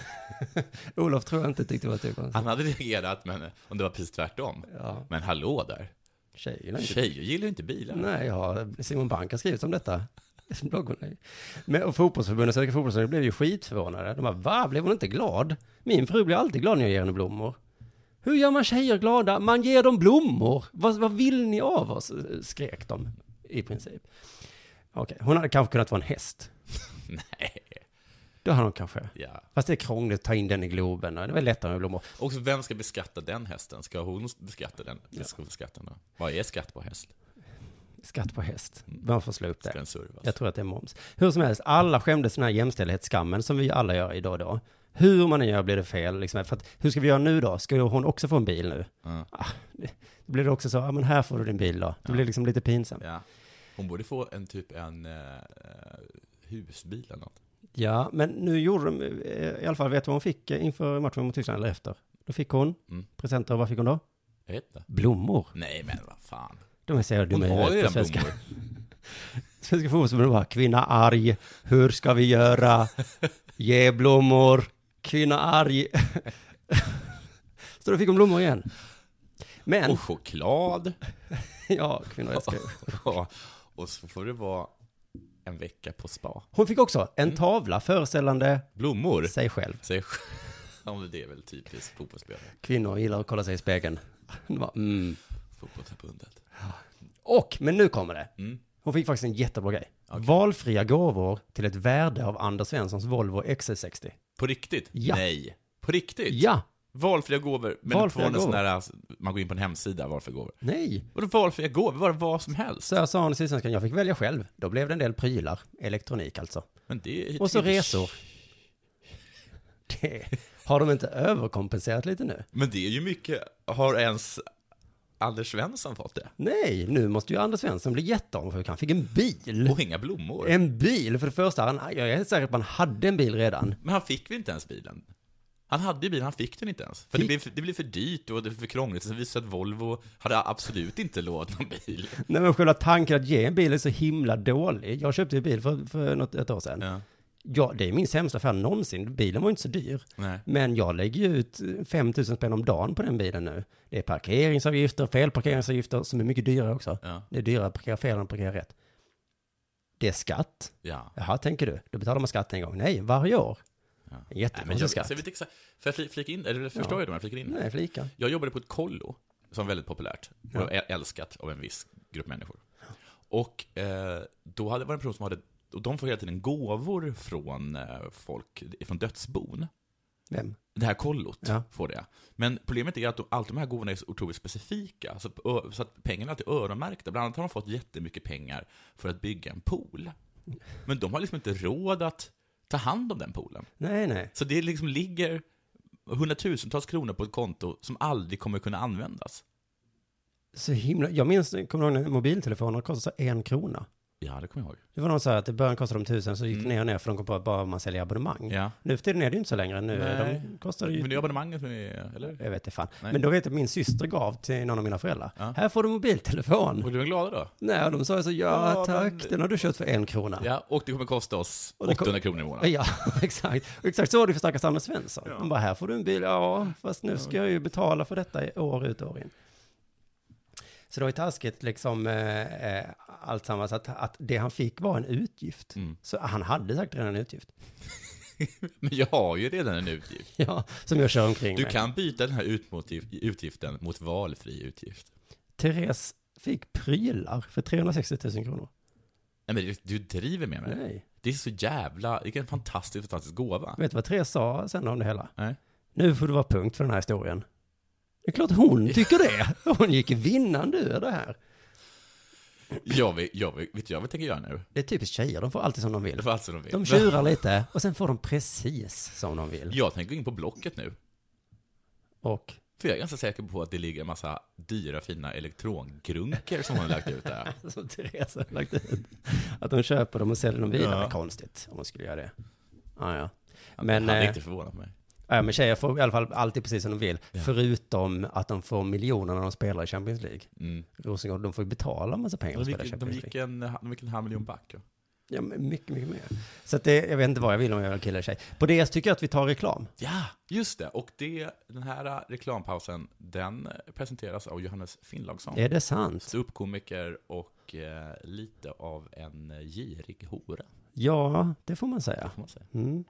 Speaker 3: [laughs] Olof tror jag inte tyckte det var typ konstigt.
Speaker 4: Han hade reagerat, men eh, om det var precis tvärtom.
Speaker 3: Ja,
Speaker 4: Men hallå där.
Speaker 3: tjejer gillar inte
Speaker 4: Tjejer gillar ju inte bilar.
Speaker 3: Nej, ja, Simon Bank har skrivit om detta. [laughs] Blogginlägg. Men och fotbollsförbundet, Svenska fotbollsförbundet blev ju skitförvånade. De bara, va, blev hon inte glad? Min fru blir alltid glad när jag ger henne blommor. Hur gör man tjejer glada? Man ger dem blommor. Vad, vad vill ni av oss? Skrek de, i princip. Okej, hon hade kanske kunnat vara en häst.
Speaker 4: Nej.
Speaker 3: Det hade hon kanske.
Speaker 4: Ja.
Speaker 3: Fast det är krångligt att ta in den i Globen. och Det var lättare med blommor.
Speaker 4: Och vem ska beskatta den hästen? Ska hon beskatta den? Ska beskatta den? Vad är skatt på häst?
Speaker 3: Skatt på häst. Man får slå upp det.
Speaker 4: Ska den servas?
Speaker 3: Jag tror att det är moms. Hur som helst, alla skämdes den här jämställdhetsskammen som vi alla gör idag och då. Hur man än gör blir det fel. Liksom. För att, hur ska vi göra nu då? Ska ju hon också få en bil nu?
Speaker 4: Ja.
Speaker 3: Ah, det, då blir det också så, ja ah, men här får du din bil då. Det blir liksom lite pinsamt.
Speaker 4: Ja. Hon borde få en typ en eh, eh, husbil eller något.
Speaker 3: Ja, men nu gjorde de, eh, i alla fall vet du vad hon fick eh, inför matchen mot Tyskland eller efter? Då fick hon
Speaker 4: Mm.
Speaker 3: presenter, och vad fick hon då?
Speaker 4: Jag vet inte.
Speaker 3: Blommor.
Speaker 4: Nej men vad fan.
Speaker 3: De är så jävla
Speaker 4: Hon
Speaker 3: dumma i
Speaker 4: har ju
Speaker 3: huvudet på
Speaker 4: redan
Speaker 3: svenska. [laughs]
Speaker 4: blommor.
Speaker 3: Svenska fotbollsförbundet bara, kvinna arg, hur ska vi göra? Ge blommor, kvinna arg. Så då fick hon blommor igen. Men,
Speaker 4: Och choklad.
Speaker 3: ja, kvinnor älskar ju.
Speaker 4: [laughs] Ja. Och så får det vara en vecka på spa.
Speaker 3: Hon fick också en tavla föreställande
Speaker 4: Blommor.
Speaker 3: sig själv.
Speaker 4: Säg sj- [laughs] Om det är väl typiskt fotbollsspelare.
Speaker 3: Kvinnor gillar att kolla sig i spegeln. Hon bara, mm.
Speaker 4: Fotbollsförbundet.
Speaker 3: Och, men nu kommer det.
Speaker 4: Mm.
Speaker 3: Hon fick faktiskt en jättebra grej. Valfria gåvor till ett värde av Anders Svenssons Volvo XC60.
Speaker 4: På riktigt?
Speaker 3: Ja.
Speaker 4: Nej. På riktigt?
Speaker 3: Ja,
Speaker 4: Valfria gåvor.
Speaker 3: Valfria
Speaker 4: Men valfria gåvor.
Speaker 3: gåvor.
Speaker 4: Där, alltså, man går in på en hemsida, valfria gåvor.
Speaker 3: nej.
Speaker 4: Vadå valfria gåvor? Bara vad som helst?
Speaker 3: Så jag sa hon i Sydsvenskan, jag fick välja själv. Då blev det en del prylar, elektronik alltså.
Speaker 4: Men det är
Speaker 3: Och så resor. [laughs] Det, har de inte överkompenserat lite nu?
Speaker 4: Men det är ju mycket, har ens Anders Svensson fått det?
Speaker 3: Nej, nu måste ju Anders Svensson bli jätteomsjuk. Han fick en bil.
Speaker 4: Och inga blommor.
Speaker 3: En bil, för det första. Han, jag är helt säker på att man hade en bil redan.
Speaker 4: Men han fick väl inte ens bilen? Han hade ju bilen, han fick den inte ens. För
Speaker 3: Fick-
Speaker 4: det blev, det blev för dyrt och det blev för krångligt, så det visade sig att Volvo hade absolut inte lovat någon bil.
Speaker 3: Nej, men själva tanken att ge en bil är så himla dålig. Jag köpte ju bil för, för något, ett år sedan. Ja.
Speaker 4: Ja.
Speaker 3: det är min sämsta affär någonsin. Bilen var ju inte så dyr.
Speaker 4: Nej.
Speaker 3: Men jag lägger ju ut 5 000 spänn om dagen på den bilen nu. Det är parkeringsavgifter, felparkeringsavgifter som är mycket dyrare också.
Speaker 4: Ja.
Speaker 3: Det är dyrare att parkera fel än att parkera rätt. Det är skatt.
Speaker 4: ja.
Speaker 3: Jaha, tänker du. Då betalar man skatt en gång. Nej, varje år.
Speaker 4: Ja.
Speaker 3: En
Speaker 4: Nej,
Speaker 3: jättekonstig
Speaker 4: men jag,
Speaker 3: skatt.
Speaker 4: alltså, jag vet exakt, för jag fli- flika in, eller förstår
Speaker 3: Ja.
Speaker 4: jag då när jag flikar in?
Speaker 3: Nej, flika.
Speaker 4: Jag jobbade på ett kollo, som var väldigt populärt,
Speaker 3: Ja.
Speaker 4: och ä- älskat av en viss grupp människor. Och eh, då hade, var det en person som hade, och de får hela tiden gåvor från eh, folk, från dödsbon.
Speaker 3: Vem?
Speaker 4: Det här kollot
Speaker 3: Ja.
Speaker 4: får det. Men problemet är att de, allt de här gåvorna är så otroligt specifika, så, ö- så att pengarna är alltid öronmärkta. Bland annat har de fått jättemycket pengar för att bygga en pool. Men de har liksom inte råd att ta hand om den poolen.
Speaker 3: Nej, nej.
Speaker 4: Så det liksom ligger hundratusentals kronor på ett konto som aldrig kommer kunna användas.
Speaker 3: Så himla... Jag minns, kommer du ihåg när mobiltelefoner kostade så en krona?
Speaker 4: Ja, det kommer jag ihåg.
Speaker 3: Det var någon så här att i början kostade de tusen, så gick det ner och ner för de kom på att bara man säljer abonnemang.
Speaker 4: Mm. Ja.
Speaker 3: Nu för tiden är det ju inte så längre. Nu är
Speaker 4: Nej.
Speaker 3: de kostar ju...
Speaker 4: Men det är abonnemanget som är, eller?
Speaker 3: Jag vet inte fan.
Speaker 4: Nej.
Speaker 3: Men då vet jag att min syster gav till någon av mina föräldrar.
Speaker 4: Ja.
Speaker 3: Här får du mobiltelefon.
Speaker 4: Och du är glada då?
Speaker 3: Nej, och de sa ju så, ja,
Speaker 4: Ja,
Speaker 3: tack,
Speaker 4: men-
Speaker 3: den har du köpt för en krona. Ja,
Speaker 4: Ja, och det kommer kosta oss
Speaker 3: Och det kom-
Speaker 4: 800 kronor i månaden.
Speaker 3: [laughs] exakt. Och exakt så var det för stackars Anders Svensson. De bara, här får du en bil, ja, fast nu ska jag ju betala för detta i år ut och år in. Så det var ju taskigt liksom eh, eh, allt sammans, att, att det han fick var en utgift.
Speaker 4: Mm.
Speaker 3: Så han hade säkert redan en utgift. [laughs]
Speaker 4: Men jag har ju redan en utgift.
Speaker 3: Ja, som jag kör omkring
Speaker 4: Du
Speaker 3: med.
Speaker 4: kan byta den här utmotgif- utgiften mot valfri utgift.
Speaker 3: Therese fick prylar för 360 000 kronor.
Speaker 4: Nej men du- du driver med mig.
Speaker 3: Nej.
Speaker 4: Det är så jävla, vilken fantastisk, fantastisk gåva.
Speaker 3: Vet du vad Therese sa sen om det hela?
Speaker 4: Nej.
Speaker 3: Nu får det vara punkt för den här historien. Det är klart
Speaker 4: [laughs]
Speaker 3: hon tycker det. Hon gick vinnande ur det här.
Speaker 4: Jag vill, jag vill, vet du vad jag tänker göra nu?
Speaker 3: Det är typiskt tjejer, de får alltid som de vill.
Speaker 4: Det var allt som de vill.
Speaker 3: De tjurar lite och sen får de precis som de vill.
Speaker 4: Jag tänker gå in på Blocket nu.
Speaker 3: Och
Speaker 4: För jag är ganska säker på att det ligger en massa dyra fina elektrongrunker som hon har lagt ut där.
Speaker 3: [laughs] som Therese har lagt ut. Att de köper dem och säljer dem vidare.
Speaker 4: Ja.
Speaker 3: Konstigt om hon skulle göra det. Ah, ja. [laughs]
Speaker 4: Men,
Speaker 3: Men,
Speaker 4: Han är
Speaker 3: eh,
Speaker 4: riktigt förvånad på mig.
Speaker 3: ja, men tjejer får i alla fall alltid precis som de vill. Förutom att de får miljoner när de spelar i Champions League.
Speaker 4: Mm.
Speaker 3: Rosengård, de får ju betala en massa pengar för
Speaker 4: De
Speaker 3: att spela
Speaker 4: gick, de
Speaker 3: Champions League.
Speaker 4: gick en, de gick en halv miljon back. Ja.
Speaker 3: Ja, men mycket, mycket mer. Så att det, jag vet inte vad jag vill om jag är kille eller tjej. På det tycker jag att vi tar reklam.
Speaker 4: ja, just det. Och det, den här eh, reklampausen, den eh, presenteras av Johannes Finnlaugsson.
Speaker 3: Är det sant?
Speaker 4: Ståuppkomiker och eh, lite av en eh, girig hora,
Speaker 3: Ja, det får man säga.
Speaker 4: får man säga.
Speaker 3: Mm.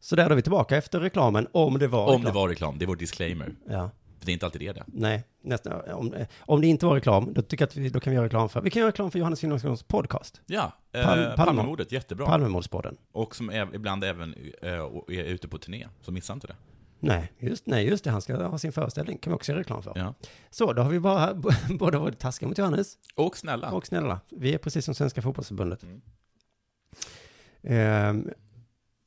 Speaker 3: Så där är vi tillbaka efter reklamen, om det var
Speaker 4: Om det
Speaker 3: reklam.
Speaker 4: var reklam, det är vår disclaimer.
Speaker 3: Ja,
Speaker 4: För det är inte alltid det det.
Speaker 3: nej, nästan. Om, eh, om det inte var reklam, då tycker jag att vi, då kan vi göra reklam för, vi kan göra reklam för Johannes Finnlagssons podcast,
Speaker 4: Ja,
Speaker 3: Palm- Palme.
Speaker 4: eh, Palmemordet, jättebra.
Speaker 3: Palmemordspodden.
Speaker 4: Och som är, ibland även eh, och är ute på turné, så missa inte det.
Speaker 3: Nej just, nej, just det, han ska ha sin föreställning, kan vi också göra reklam för.
Speaker 4: Ja.
Speaker 3: Så, då har vi bara, [laughs] båda varit taskiga mot Johannes,
Speaker 4: Och snälla.
Speaker 3: Och snälla, vi är precis som Svenska fotbollsförbundet.
Speaker 4: Mm.
Speaker 3: Ehm,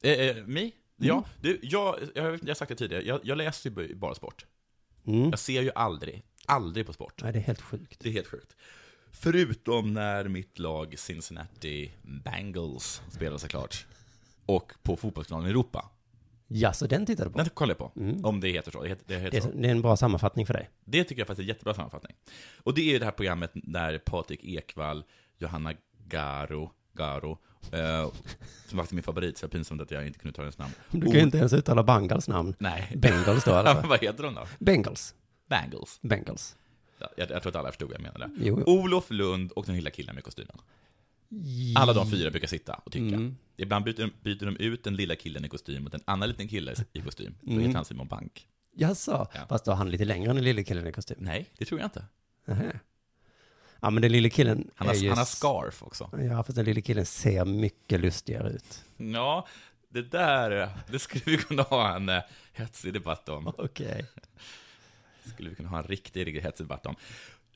Speaker 4: Eh, eh, mig? Ja, du, jag, jag, jag har sagt det tidigare, jag, jag läser ju b- bara sport.
Speaker 3: mm.
Speaker 4: Jag ser ju aldrig, aldrig på sport.
Speaker 3: Nej, det är helt sjukt.
Speaker 4: Det är helt sjukt. Förutom när mitt lag Cincinnati Bengals spelar såklart. Och på fotbollskanalen Europa.
Speaker 3: Ja, så den tittar du på.
Speaker 4: Den kollar jag på.
Speaker 3: Mm.
Speaker 4: Om det heter så. Det heter, det heter
Speaker 3: Det är,
Speaker 4: så.
Speaker 3: det är en bra sammanfattning för dig.
Speaker 4: Det tycker jag faktiskt är en jättebra sammanfattning. Och det är det här programmet där Patrik Ekwall, Johanna Garo, Garo, eh, som faktiskt är min favorit, så det är pinsamt att jag inte kunde ta hennes namn.
Speaker 3: Du kan ju inte ens uttala Bangals namn.
Speaker 4: Nej.
Speaker 3: Bengals då, i alla
Speaker 4: [laughs] Ja, men
Speaker 3: fall.
Speaker 4: Vad heter de då?
Speaker 3: Bengals.
Speaker 4: Bengals.
Speaker 3: Bengals.
Speaker 4: Ja, Jag, jag tror att alla förstod vad jag menade.
Speaker 3: Jo, jo.
Speaker 4: Olof Lund och den lilla killen med kostymen. Alla de fyra brukar sitta och tycka. Ibland byter de, byter de ut den lilla killen i kostym mot en annan liten kille i kostym. Då heter han Simon Bank.
Speaker 3: Jaså?
Speaker 4: Ja.
Speaker 3: Fast då är han lite längre än den lille killen i kostym.
Speaker 4: Nej, det tror jag inte.
Speaker 3: Nähä. Ja, men den lille killen
Speaker 4: Han har,
Speaker 3: är ju...
Speaker 4: han har scarf också.
Speaker 3: Ja, fast den lille killen ser mycket lustigare ut.
Speaker 4: Ja, det där, det skulle vi kunna ha en eh, hetsig debatt om.
Speaker 3: Okej.
Speaker 4: Skulle vi kunna ha en riktig, riktig hetsig debatt om.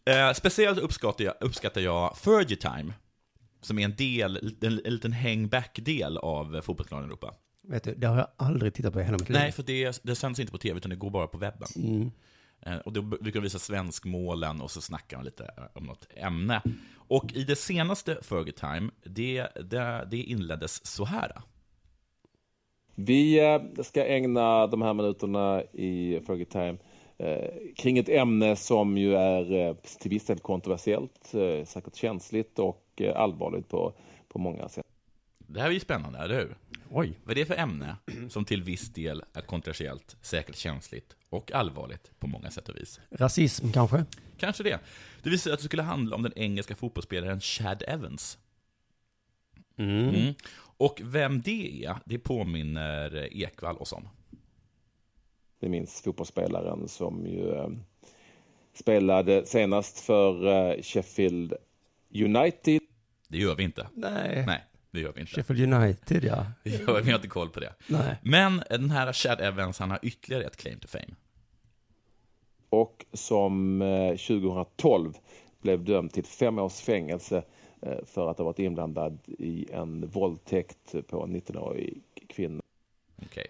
Speaker 4: Eh, speciellt uppskattar jag, uppskattar jag Fergie Time, som är en del, en, en liten hangback-del av eh, Fotbollskanalen Europa.
Speaker 3: Vet du, det har jag aldrig tittat på i hela mitt Mm. liv.
Speaker 4: Nej, för det, det sänds inte på tv, utan det går bara på webben. Eh, Och då brukar de visa svenskmålen och så snackar de lite eh, om något ämne. Och i det senaste Fergie Time, det, det, det inleddes så här.
Speaker 1: Vi eh, ska ägna de här minuterna i Fergie Time eh, kring ett ämne som ju är eh, till viss del kontroversiellt, eh, säkert känsligt och eh, allvarligt på, på många sätt.
Speaker 4: Det här är ju spännande, eller hur?
Speaker 3: Oj.
Speaker 4: Vad är det för ämne som till viss del är kontroversiellt, säkert känsligt och allvarligt på många sätt och vis?
Speaker 3: Rasism kanske?
Speaker 4: Kanske det. Det visade sig att det skulle handla om den engelska fotbollsspelaren Chad Evans. Mm. Och vem det är, det påminner Ekvall oss om.
Speaker 1: Ni minns fotbollsspelaren som ju eh, spelade senast för eh, Sheffield United.
Speaker 4: Det gör vi inte.
Speaker 3: Nej.
Speaker 4: Nej, det gör vi inte.
Speaker 3: Sheffield United, ja.
Speaker 4: Det gör [laughs] vi, vi har inte koll på det.
Speaker 3: Nej.
Speaker 4: Men den här Chad Evans, han har ytterligare ett claim to fame.
Speaker 1: och som eh, 2012 blev dömd till fem års fängelse eh, för att ha varit inblandad i en våldtäkt på en 19-årig kvinna.
Speaker 4: Okej.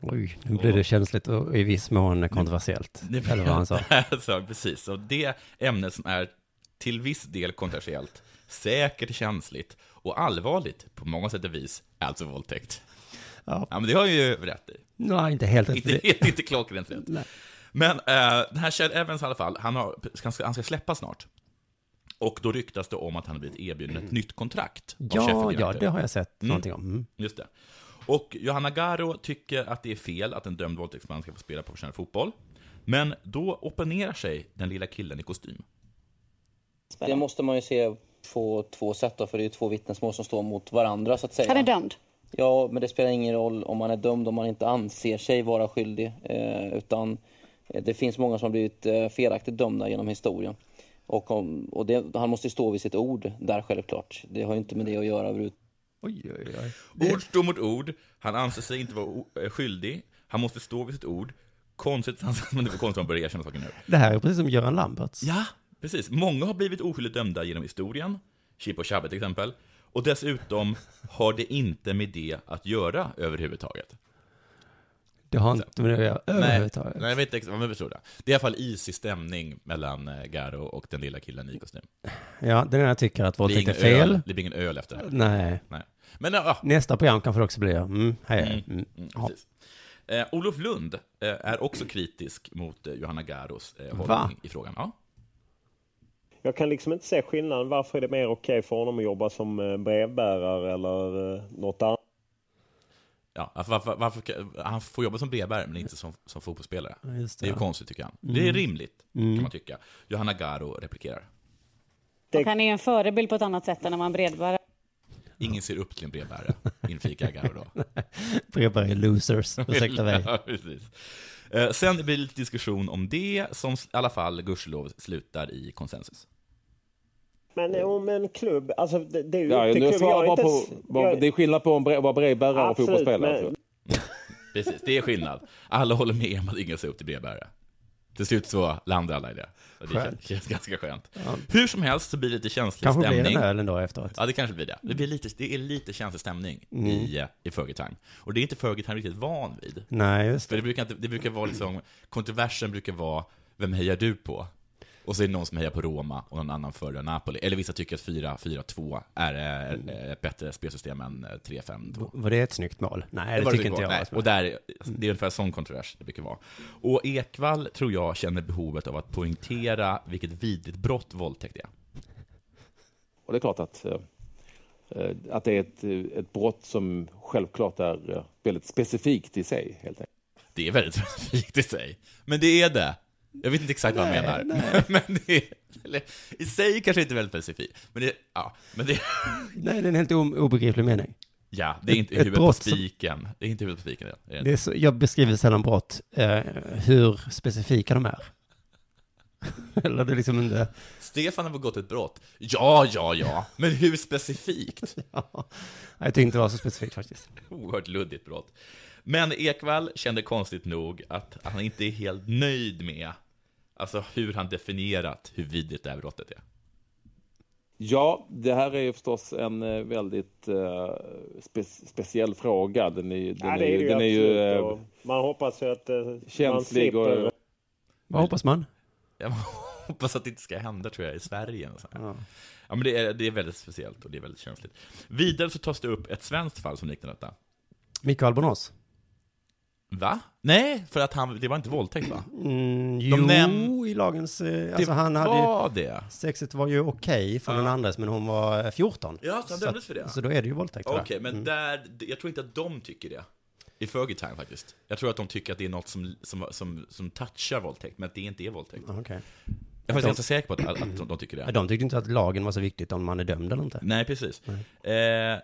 Speaker 3: Oj, nu blir det känsligt och i viss mån kontroversiellt.
Speaker 4: Det [laughs] Alltså,
Speaker 3: Eller vad han sa.
Speaker 4: Så, precis, och det ämnet som är till viss del kontroversiellt, säkert känsligt och allvarligt på många sätt och vis, alltså våldtäkt.
Speaker 3: Ja.
Speaker 4: Ja, men det har jag ju rätt i.
Speaker 3: Nej, inte helt rätt.
Speaker 4: Inte, [laughs]
Speaker 3: Det-
Speaker 4: inte, inte klockrent rätt. Men eh, den här Chad Evans i alla fall, han, har, han, ska, han ska släppa snart. Och då ryktas det om att han har blivit erbjuden ett nytt kontrakt. av
Speaker 3: Ja,
Speaker 4: Sheffield
Speaker 3: ja,
Speaker 4: United.
Speaker 3: det har jag sett någonting om. Mm.
Speaker 4: Just det. Och Johanna Garo tycker att det är fel att en dömd våldtäktsman ska få spela professionell fotboll. Men då opponerar sig den lilla killen i kostym.
Speaker 5: Det måste man ju se på två sätt då, för det är ju två vittnesmål som står mot varandra så att säga.
Speaker 6: Han är dömd.
Speaker 5: Ja, men det spelar ingen roll om man är dömd om man inte anser sig vara skyldig. Eh, utan eh, det finns många som har blivit eh, felaktigt dömda genom historien. Och, om, och det, han måste ju stå vid sitt ord där självklart. Det har ju inte med det att göra överhuvudtaget.
Speaker 3: Oj, oj, oj.
Speaker 4: Ord står mot ord, han anser sig inte vara o- eh, skyldig, han måste stå vid sitt ord. Konstigt, [laughs] men det var konstigt att man börjar erkänna saker nu.
Speaker 3: Det här är precis som Göran Lamberts.
Speaker 4: Ja, precis. Många har blivit oskyldigt dömda genom historien, Chip och Chabbe till exempel. Och dessutom har det inte med det att göra överhuvudtaget.
Speaker 3: Det har inte med det att göra
Speaker 4: Nej,
Speaker 3: överhuvudtaget.
Speaker 4: nej, jag vet inte exakt vad man tror det. Det är i alla fall isig stämning mellan eh, Garo och den lilla killen i kostym.
Speaker 3: Ja, den ena tycker att
Speaker 4: Det blir
Speaker 3: våldtäkt är
Speaker 4: ingen
Speaker 3: fel.
Speaker 4: Öl, det blir ingen öl efter det här.
Speaker 3: Nej.
Speaker 4: Nej. Men eh, ja,
Speaker 3: Nästa program kanske det också blir. Mm, hej, hej.
Speaker 4: Mm,
Speaker 3: Mm. Ja.
Speaker 4: precis. Eh, Olof Lund eh, är också kritisk mot eh, Johanna Garos eh, hållning
Speaker 3: Va?
Speaker 4: i frågan. Ja.
Speaker 7: Jag kan liksom inte se skillnaden. Varför är det mer okej för honom att jobba som eh, brevbärare eller eh, något annat?
Speaker 4: Ja, varför, varför, varför, han får jobba som brevbärare men inte som, som fotbollsspelare.
Speaker 3: Ja, Just
Speaker 4: Det är ju
Speaker 3: det. Mm.
Speaker 4: konstigt tycker han. Det är rimligt, kan man tycka. Johanna Garo replikerar.
Speaker 7: Det-
Speaker 6: Och han är ju en förebild på ett annat sätt än när man bredbär.
Speaker 4: Ingen ser upp till en brevbärare, inflikar Garo då.
Speaker 3: Brevbärare är
Speaker 4: [laughs]
Speaker 3: losers. Ursäkta mig.
Speaker 4: Ja, precis. Eh, Sen blir det lite diskussion om det, som i alla fall gudskelov slutar i konsensus.
Speaker 7: Men eh, om en klubb, alltså det, det är ju
Speaker 1: Ja,
Speaker 7: upp till
Speaker 1: nu
Speaker 7: klubben.
Speaker 1: svarar
Speaker 7: Jag är
Speaker 1: bara
Speaker 7: inte
Speaker 1: på,
Speaker 7: ens-
Speaker 1: bara,
Speaker 7: jag-
Speaker 1: det är skillnad på att vara brevbärare och
Speaker 7: Absolut,
Speaker 1: fotbollsspelare. alltså.
Speaker 7: men-
Speaker 1: tror jag.
Speaker 4: Precis, det är skillnad. Alla håller med om att ingen ser upp till brevbärare. Till slut så landar alla i det. Och Det
Speaker 3: Skönt.
Speaker 4: kän- känns ganska skönt. Hur som helst så blir det lite känslig
Speaker 3: Kanske blir
Speaker 4: stämning.
Speaker 3: det en öl ändå efteråt.
Speaker 4: Ja, det kanske blir det. Det, blir lite, det är lite känslig stämning i,
Speaker 3: Mm.
Speaker 4: i Fergie Time. Och det är inte Fergie Time riktigt van vid.
Speaker 3: Nej, just det.
Speaker 4: För det brukar, inte, det brukar vara liksom, kontroversen brukar vara, vem hejar du på? Och så är det någon som hejar på Roma och någon annan föredrar Napoli. Eller vissa tycker att 4-4-2 är eh, ett bättre spelsystem än eh, 3-5-2.
Speaker 3: Var det ett snyggt mål? Nej, det,
Speaker 4: Vad
Speaker 3: tycker
Speaker 4: tycker
Speaker 3: inte jag.
Speaker 4: Nej,
Speaker 3: alltså.
Speaker 4: Och där, är- det är ungefär sån kontrovers det brukar vara. Och Ekvall tror jag känner behovet av att poängtera vilket vidrigt brott våldtäkt är.
Speaker 1: Och det är klart att, eh, eh, att det är ett, eh, ett brott som självklart är eh, väldigt specifikt i sig. Helt enkelt.
Speaker 4: Det är väldigt specifikt i sig. Men det är det. Jag vet inte exakt vad han menar. [laughs] Men det är, eller, I sig kanske inte väldigt specifikt. Men det, ja, men det,
Speaker 3: Nej, det är en helt o- obegriplig mening.
Speaker 4: ja, det är inte
Speaker 3: ett
Speaker 4: huvudet på
Speaker 3: brott som-
Speaker 4: spiken. Det är inte huvudet på spiken. Det är det.
Speaker 3: Det är så, jag beskriver sällan brott, eh, hur specifika de är. [laughs] Eller det är liksom inte... [laughs]
Speaker 4: Stefan har begått ett brott. Ja, ja, ja. Men hur specifikt? [laughs]
Speaker 3: Ja, jag tyckte inte det var så specifikt faktiskt.
Speaker 4: Oerhört luddigt brott. Men Ekvall kände konstigt nog att han inte är helt nöjd med alltså, hur han definierat hur vidrigt det här brottet är.
Speaker 1: Ja, det här är ju förstås en eh, väldigt eh, spe, speciell fråga. Den är, ju- den
Speaker 7: Ja,
Speaker 1: är,
Speaker 7: det är det
Speaker 1: ju-
Speaker 7: ju
Speaker 1: den är ju
Speaker 7: absolut.
Speaker 1: eh,
Speaker 7: Och Man hoppas ju att eh, man
Speaker 1: känslig
Speaker 7: slipper.
Speaker 1: och...
Speaker 3: Vad hoppas man?
Speaker 4: Jag [laughs] hoppas att det inte ska hända tror jag i Sverige. och Så här.
Speaker 3: Ja.
Speaker 4: Ja, men det är, det är väldigt speciellt och det är väldigt känsligt. Vidare så tas det upp ett svenskt fall som liknar detta.
Speaker 3: Mikael Albonos?
Speaker 4: Va? Nej, för att han, det var inte våldtäkt va?
Speaker 3: Mm, jo,
Speaker 4: näm-
Speaker 3: i lagens... eh, Alltså
Speaker 4: det
Speaker 3: han hade ju...
Speaker 4: var det.
Speaker 3: Sexet var ju okej från den andres, men hon var eh, 14.
Speaker 4: Ja, så han dömdes
Speaker 3: att-
Speaker 4: för det?
Speaker 3: Så då är det ju våldtäkt.
Speaker 4: Okej,
Speaker 3: va?
Speaker 4: men där, jag tror inte att de tycker det. I Fergie Time faktiskt. Jag tror att de tycker att det är något som, som, som, som touchar våldtäkt, men att det inte är våldtäkt.
Speaker 3: Ja, Okej.
Speaker 4: Jag är faktiskt ganska säker på att, att, att de, de tycker det.
Speaker 3: Ja, De tyckte inte att lagen var så viktigt om man är dömd eller inte.
Speaker 4: Nej, precis. Eh,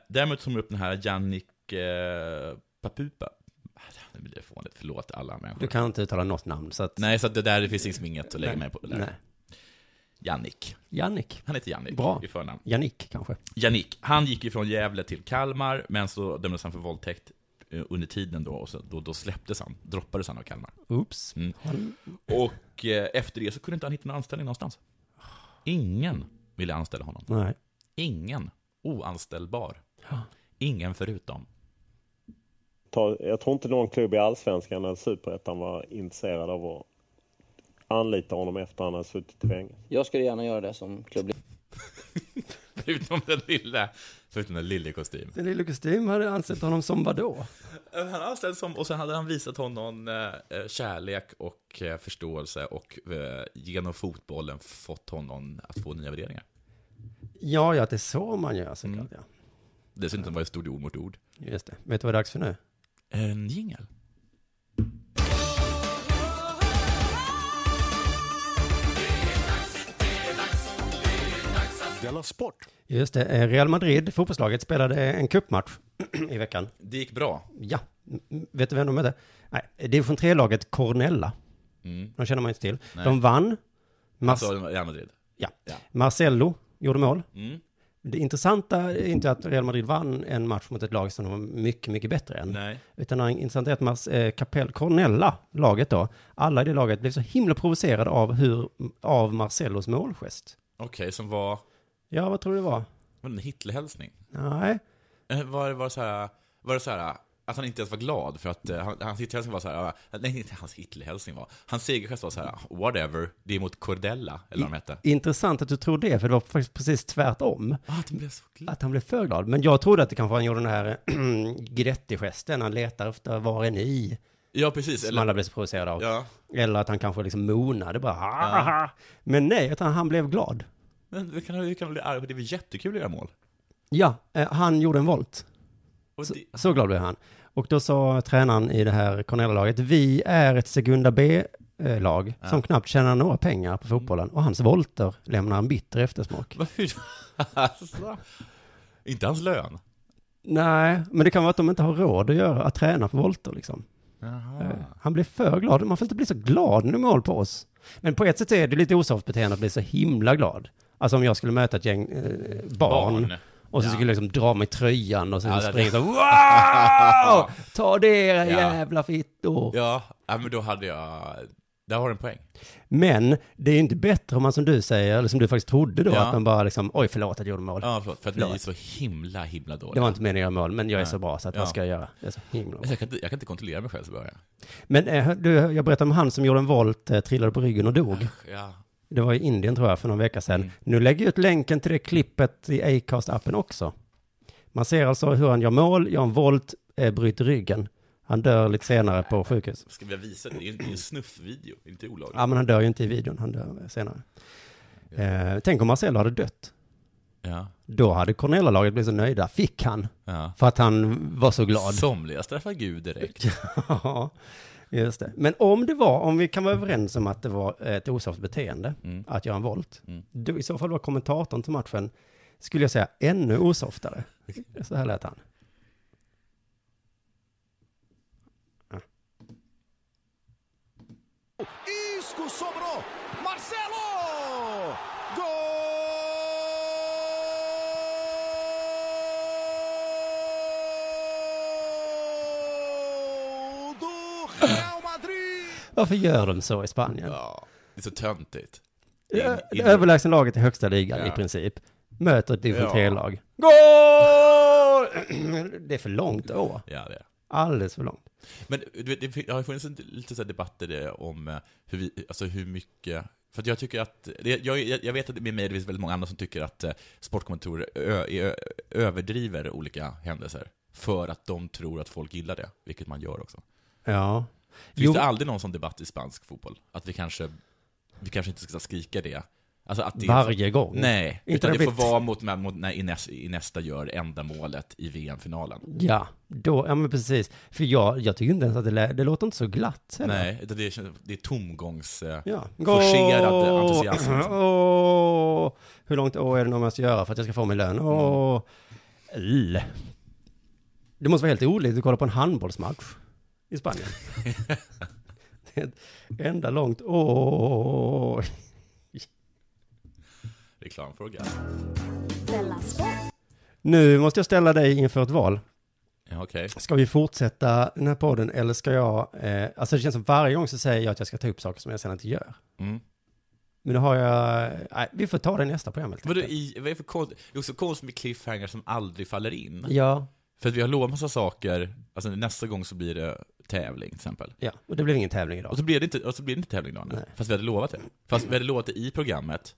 Speaker 4: däremot tog de upp den här Jannik eh, Papupa. Ah, Det blir fånigt, förlåt alla
Speaker 3: Du
Speaker 4: människor.
Speaker 3: kan inte uttala något namn, så att...
Speaker 4: Nej, så att det där det finns liksom inget att lägga mig på. det Där.
Speaker 3: Nej.
Speaker 4: Jannik.
Speaker 3: Jannik.
Speaker 4: Han heter Jannik
Speaker 3: Bra.
Speaker 4: i förnamn.
Speaker 3: Jannik, kanske.
Speaker 4: Jannik, han gick ju från Gävle till Kalmar, men så dömdes han för våldtäkt eh, under tiden då, och så, då, då släpptes han, droppades han av Kalmar.
Speaker 3: Oops.
Speaker 4: Mm. Och eh, efter det så kunde inte han hitta någon anställning någonstans. Ingen ville anställa honom.
Speaker 3: Nej.
Speaker 4: Ingen. Oanställbar. Ingen förutom.
Speaker 7: Ta- Jag tror inte någon klubb i Allsvenskan eller Superettan var intresserad av att anlitar honom efter han har suttit i fängelse.
Speaker 5: Jag skulle gärna göra det som klubb.
Speaker 4: Förutom den lilla, förutom den lilla kostymen.
Speaker 3: Den lille kostym hade ansett honom som vadå?
Speaker 4: Eh, Han anställdes som, och sen hade han visat honom eh, kärlek och eh, förståelse och eh, genom fotbollen fått honom att få nya värderingar.
Speaker 3: Ja, ja, det är så man gör såklart,
Speaker 4: Mm.
Speaker 3: ja.
Speaker 4: Dessutom var det stort ord mot ord.
Speaker 3: Just det. Vet du vad det är dags för nu?
Speaker 4: En jingel.
Speaker 8: Della Sport!
Speaker 3: Just det, eh, Real Madrid, fotbollslaget, spelade en cupmatch [clears throat] i veckan.
Speaker 4: Det gick bra.
Speaker 3: Ja, m- vet du vem de mötte? Nej, division 3-laget Cornella.
Speaker 4: Mm.
Speaker 3: De känner man inte till.
Speaker 4: Nej.
Speaker 3: De vann. Mas-
Speaker 4: Alltså, Real Madrid.
Speaker 3: ja.
Speaker 4: ja.
Speaker 3: Marcello gjorde mål.
Speaker 4: Mm.
Speaker 3: Det intressanta är inte att Real Madrid vann en match mot ett lag som de var mycket, mycket bättre än.
Speaker 4: Nej.
Speaker 3: Utan det intressanta är att Mas, eh, Capel Cornella, laget då, alla i det laget blev så himla provocerade av hur, av Marcellos målgest.
Speaker 4: Okej, som var,
Speaker 3: Ja, vad tror du det var?
Speaker 4: var det en Hitlerhälsning?
Speaker 3: Nej,
Speaker 4: Eh, Var det, var det så här, var det så här att han inte ens var glad för att eh, han- hans Hitlerhälsning var så här, eh, nej inte hans Hitlerhälsning var, hans segergest var så här, eh, whatever, det är mot Cordella, eller vad de hette.
Speaker 3: intressant att du tror det, för det var faktiskt precis tvärtom.
Speaker 4: Ah, att han blev så glad.
Speaker 3: Att han blev för glad. Men jag trodde att det kanske han gjorde den här [clears throat] Gretti-gesten, han letar efter var är ni?
Speaker 4: Ja, precis.
Speaker 3: Som
Speaker 4: Eller,
Speaker 3: alla blev så provocerade av.
Speaker 4: ja.
Speaker 3: Eller att han kanske liksom monade bara. "Hahaha." Men nej, utan han blev glad.
Speaker 4: Men vi kan, vi kan bli arga på det, det är jättekul att göra mål.
Speaker 3: Ja, eh, han gjorde en volt.
Speaker 4: Och
Speaker 3: Så,
Speaker 4: det,
Speaker 3: så glad blev han. Och då sa tränaren i det här Cornella-laget, vi är ett Segunda B-lag som knappt tjänar några pengar på fotbollen. Och hans volter lämnar en bitter eftersmak.
Speaker 4: vad- hur, alltså, inte hans lön.
Speaker 3: Nej, men det kan vara att de inte har råd att, göra, att träna på volter liksom. Eh, Han blev för glad. Man får inte bli så glad när de mål på oss. Men på ett sätt är det lite osoft beteende att bli så himla glad. Alltså om jag skulle möta ett gäng eh, barn,
Speaker 4: Barn.
Speaker 3: och så skulle jag liksom dra mig i tröjan och sen
Speaker 4: Ja, det- [laughs]
Speaker 3: springa så wow! Ta det era
Speaker 4: Ja.
Speaker 3: jävla fittor!
Speaker 4: [laughs] Ja, ja, men då hade jag, där har du en poäng.
Speaker 3: Men det är ju inte bättre om man som du säger, eller som du faktiskt trodde då,
Speaker 4: Ja.
Speaker 3: att man bara liksom oj förlåt att jag gjorde mål.
Speaker 4: Ja, förlåt, för att ni
Speaker 3: Förlåt.
Speaker 4: är så himla, himla dåliga.
Speaker 3: Det var inte meningen att göra mål, men jag är
Speaker 4: Nej.
Speaker 3: så bra så att
Speaker 4: Ja.
Speaker 3: vad ska jag göra? Jag är så himla bra.
Speaker 4: jag, kan inte, jag kan inte kontrollera mig själv så början.
Speaker 3: Men eh, du, jag berättade om han som gjorde en volt, eh, trillade på ryggen och dog.
Speaker 4: Ja.
Speaker 3: Det var i Indien tror jag för någon vecka sedan. Nu lägger jag ut länken till det klippet i Acast-appen också. Man ser alltså hur han gör mål, gör en volt, eh, bryter ryggen. Han dör lite senare på sjukhus.
Speaker 4: Ska vi visa det? Det är en, det är en snuffvideo, inte olagligt.
Speaker 3: Ja, men han dör ju inte i videon, han dör senare. Eh, tänk om Marcelo hade dött.
Speaker 4: Ja.
Speaker 3: Då hade Cornella-laget blivit så nöjda. Fick han?
Speaker 4: ja.
Speaker 3: För att han var så glad.
Speaker 4: Somliga straffar Gud direkt.
Speaker 3: [laughs] Ja, just det. Men om det var, om vi kan vara överens om att det var ett osoft beteende
Speaker 4: Mm.
Speaker 3: att göra en volt, då i så fall var kommentatorn till matchen, skulle jag säga, ännu osoftare. Så här lät han.
Speaker 8: Isco sobrou! Marcelo! Gol do Real Madrid!
Speaker 3: Varför gör de så i Spanien?
Speaker 4: Ja. Det är så töntigt.
Speaker 3: Ö-
Speaker 4: In- in-
Speaker 3: Överlägsen laget i högsta ligan
Speaker 4: Ja.
Speaker 3: i princip, möter ett division
Speaker 4: Ja.
Speaker 3: 3-lag. Gol! [clears throat] Det är för långt å.
Speaker 4: Ja, det är.
Speaker 3: Alldeles för långt.
Speaker 4: Men du vet, det fin- har ju funnits en- lite så här debatter där om eh, hur, vi, alltså hur mycket... För att jag tycker att, det- jag, jag jag vet att med mig det finns väldigt många andra som tycker att eh, sportkommentatorer ö, ö, överdriver olika händelser. För att de tror att folk gillar det, vilket man gör också.
Speaker 3: Ja.
Speaker 4: Finns
Speaker 3: Jo.
Speaker 4: det aldrig någon sån debatt i spansk fotboll? Att vi kanske, vi kanske inte ska skrika det? Alltså att det
Speaker 3: Varje gång.
Speaker 4: Nej,
Speaker 3: Inte
Speaker 4: utan
Speaker 3: när
Speaker 4: det
Speaker 3: det
Speaker 4: får
Speaker 3: blir-
Speaker 4: vara mot, mot när Ines, Inesta gör enda målet i VM-finalen.
Speaker 3: Ja, då, ja men precis. För jag, jag tycker inte ens att det, lä- det låter inte så glatt. heller.
Speaker 4: Nej, utan det, känns- det är tomgångs... eh,
Speaker 3: Ja.
Speaker 4: Forcerad
Speaker 3: Åh, [laughs]
Speaker 4: entusiasm. liksom.
Speaker 3: åh. Hur långt å är det någon måste göra för att jag ska få min lön? Åh. L.
Speaker 4: Mm.
Speaker 3: Det måste vara helt olidligt att kolla på en handbollsmatch i
Speaker 4: [laughs]
Speaker 3: Spanien. Det är ett enda långt åh.
Speaker 4: Reklamfråga.
Speaker 2: Della Sport.
Speaker 3: Nu måste jag ställa dig inför ett val.
Speaker 4: Ja, okej.
Speaker 3: Ska vi fortsätta den här podden eller ska jag... Eh, alltså det känns som varje gång så säger jag att jag ska ta upp saker som jag sen inte gör.
Speaker 4: Mm.
Speaker 3: Men nu har jag... Nej, vi får ta det i nästa program helt
Speaker 4: Vadå,
Speaker 3: enkelt.
Speaker 4: i, vad är det för konst, det är också konst med cliffhanger som aldrig faller in?
Speaker 3: Ja,
Speaker 4: För att vi har lovat massa saker, alltså nästa gång så blir det tävling till exempel.
Speaker 3: Ja, och det blev ingen tävling idag.
Speaker 4: Och så blev det inte, och så blev det inte tävling dagen
Speaker 3: Nej.
Speaker 4: fast vi hade lovat det. Fast vi hade lovat det i programmet,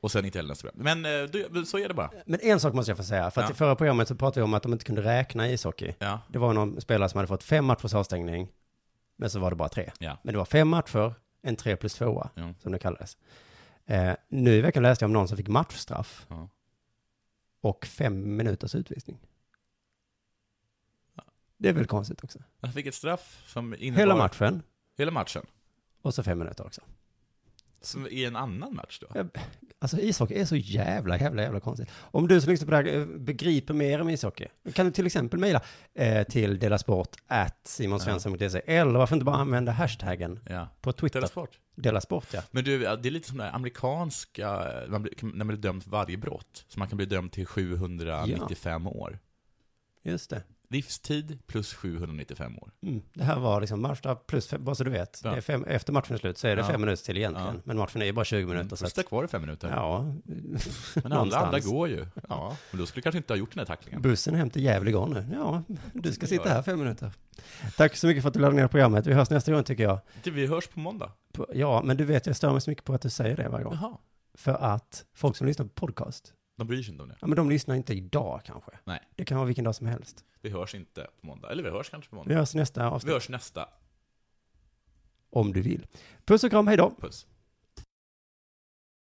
Speaker 4: och sen inte heller nästa program. Men eh, du, så är det bara.
Speaker 3: Men en sak måste jag få säga, för att
Speaker 4: Ja.
Speaker 3: i förra programmet så pratade vi om att de inte kunde räkna i ishockey.
Speaker 4: Ja.
Speaker 3: Det var någon spelare som hade fått fem matchers avstängning, men så var det bara tre.
Speaker 4: Ja.
Speaker 3: Men det var fem matcher, en tre plus tvåa,
Speaker 4: Ja.
Speaker 3: som det kallades. Eh, nu i veckan läste jag om någon som fick matchstraff
Speaker 4: Ja.
Speaker 3: och fem minuters utvisning. Det är väl konstigt också.
Speaker 4: Jag fick ett straff som innebar...
Speaker 3: Hela matchen,
Speaker 4: Hela matchen.
Speaker 3: och så fem minuter också.
Speaker 4: Som i en annan match då?
Speaker 3: Jag- Alltså ishockey är så jävla, jävla, jävla konstigt. Om du som lyssnar på det här eh, begriper mer om ishockey, då kan du till exempel mejla eh, till delasport at simonsvensson.se, eller varför inte bara använda hashtaggen
Speaker 4: Ja.
Speaker 3: på Twitter?
Speaker 4: Dela
Speaker 3: Delasport,
Speaker 4: Sport.
Speaker 3: ja.
Speaker 4: Men du, ja, det är lite som det här amerikanska, man blir, när man blir dömd för varje brott. Så man kan bli dömd till 795 år.
Speaker 3: Just det.
Speaker 4: Livstid plus 795 år.
Speaker 3: Mm. Det här var liksom matchstraff plus, fem, bara så du vet,
Speaker 4: Ja.
Speaker 3: det är fem, efter matchen är slut så är det
Speaker 4: Ja.
Speaker 3: fem minuter till egentligen,
Speaker 4: Ja.
Speaker 3: men matchen är ju bara 20 minuter. Så
Speaker 4: Så sitta
Speaker 3: att,
Speaker 4: Mm. kvar i fem minuter.
Speaker 3: ja,
Speaker 4: Men
Speaker 3: [laughs]
Speaker 4: alla andra
Speaker 3: någonstans.
Speaker 4: går ju. Ja. Men då skulle du kanske inte ha gjort den här tacklingen.
Speaker 3: Bussen hem till Gävle går nu. Ja, du ska
Speaker 4: Det gör
Speaker 3: sitta
Speaker 4: jag.
Speaker 3: här fem minuter. Tack så mycket för att du laddade ner programmet. Vi hörs nästa gång tycker jag.
Speaker 4: Du, Vi hörs på måndag.
Speaker 3: På- Ja, men du vet, jag stör mig så mycket på att du säger det varje gång.
Speaker 4: Jaha.
Speaker 3: För att folk som lyssnar på podcast,
Speaker 4: De bryr sig inte om det.
Speaker 3: ja men de lyssnar inte idag kanske.
Speaker 4: Nej.
Speaker 3: Det kan vara vilken dag som helst.
Speaker 4: Vi hörs inte på måndag. Eller vi hörs kanske på måndag.
Speaker 3: Vi hörs i nästa
Speaker 4: Vi
Speaker 3: avsnitt,
Speaker 4: hörs nästa.
Speaker 3: om du vill. Puss och kram, hej då!
Speaker 4: Puss.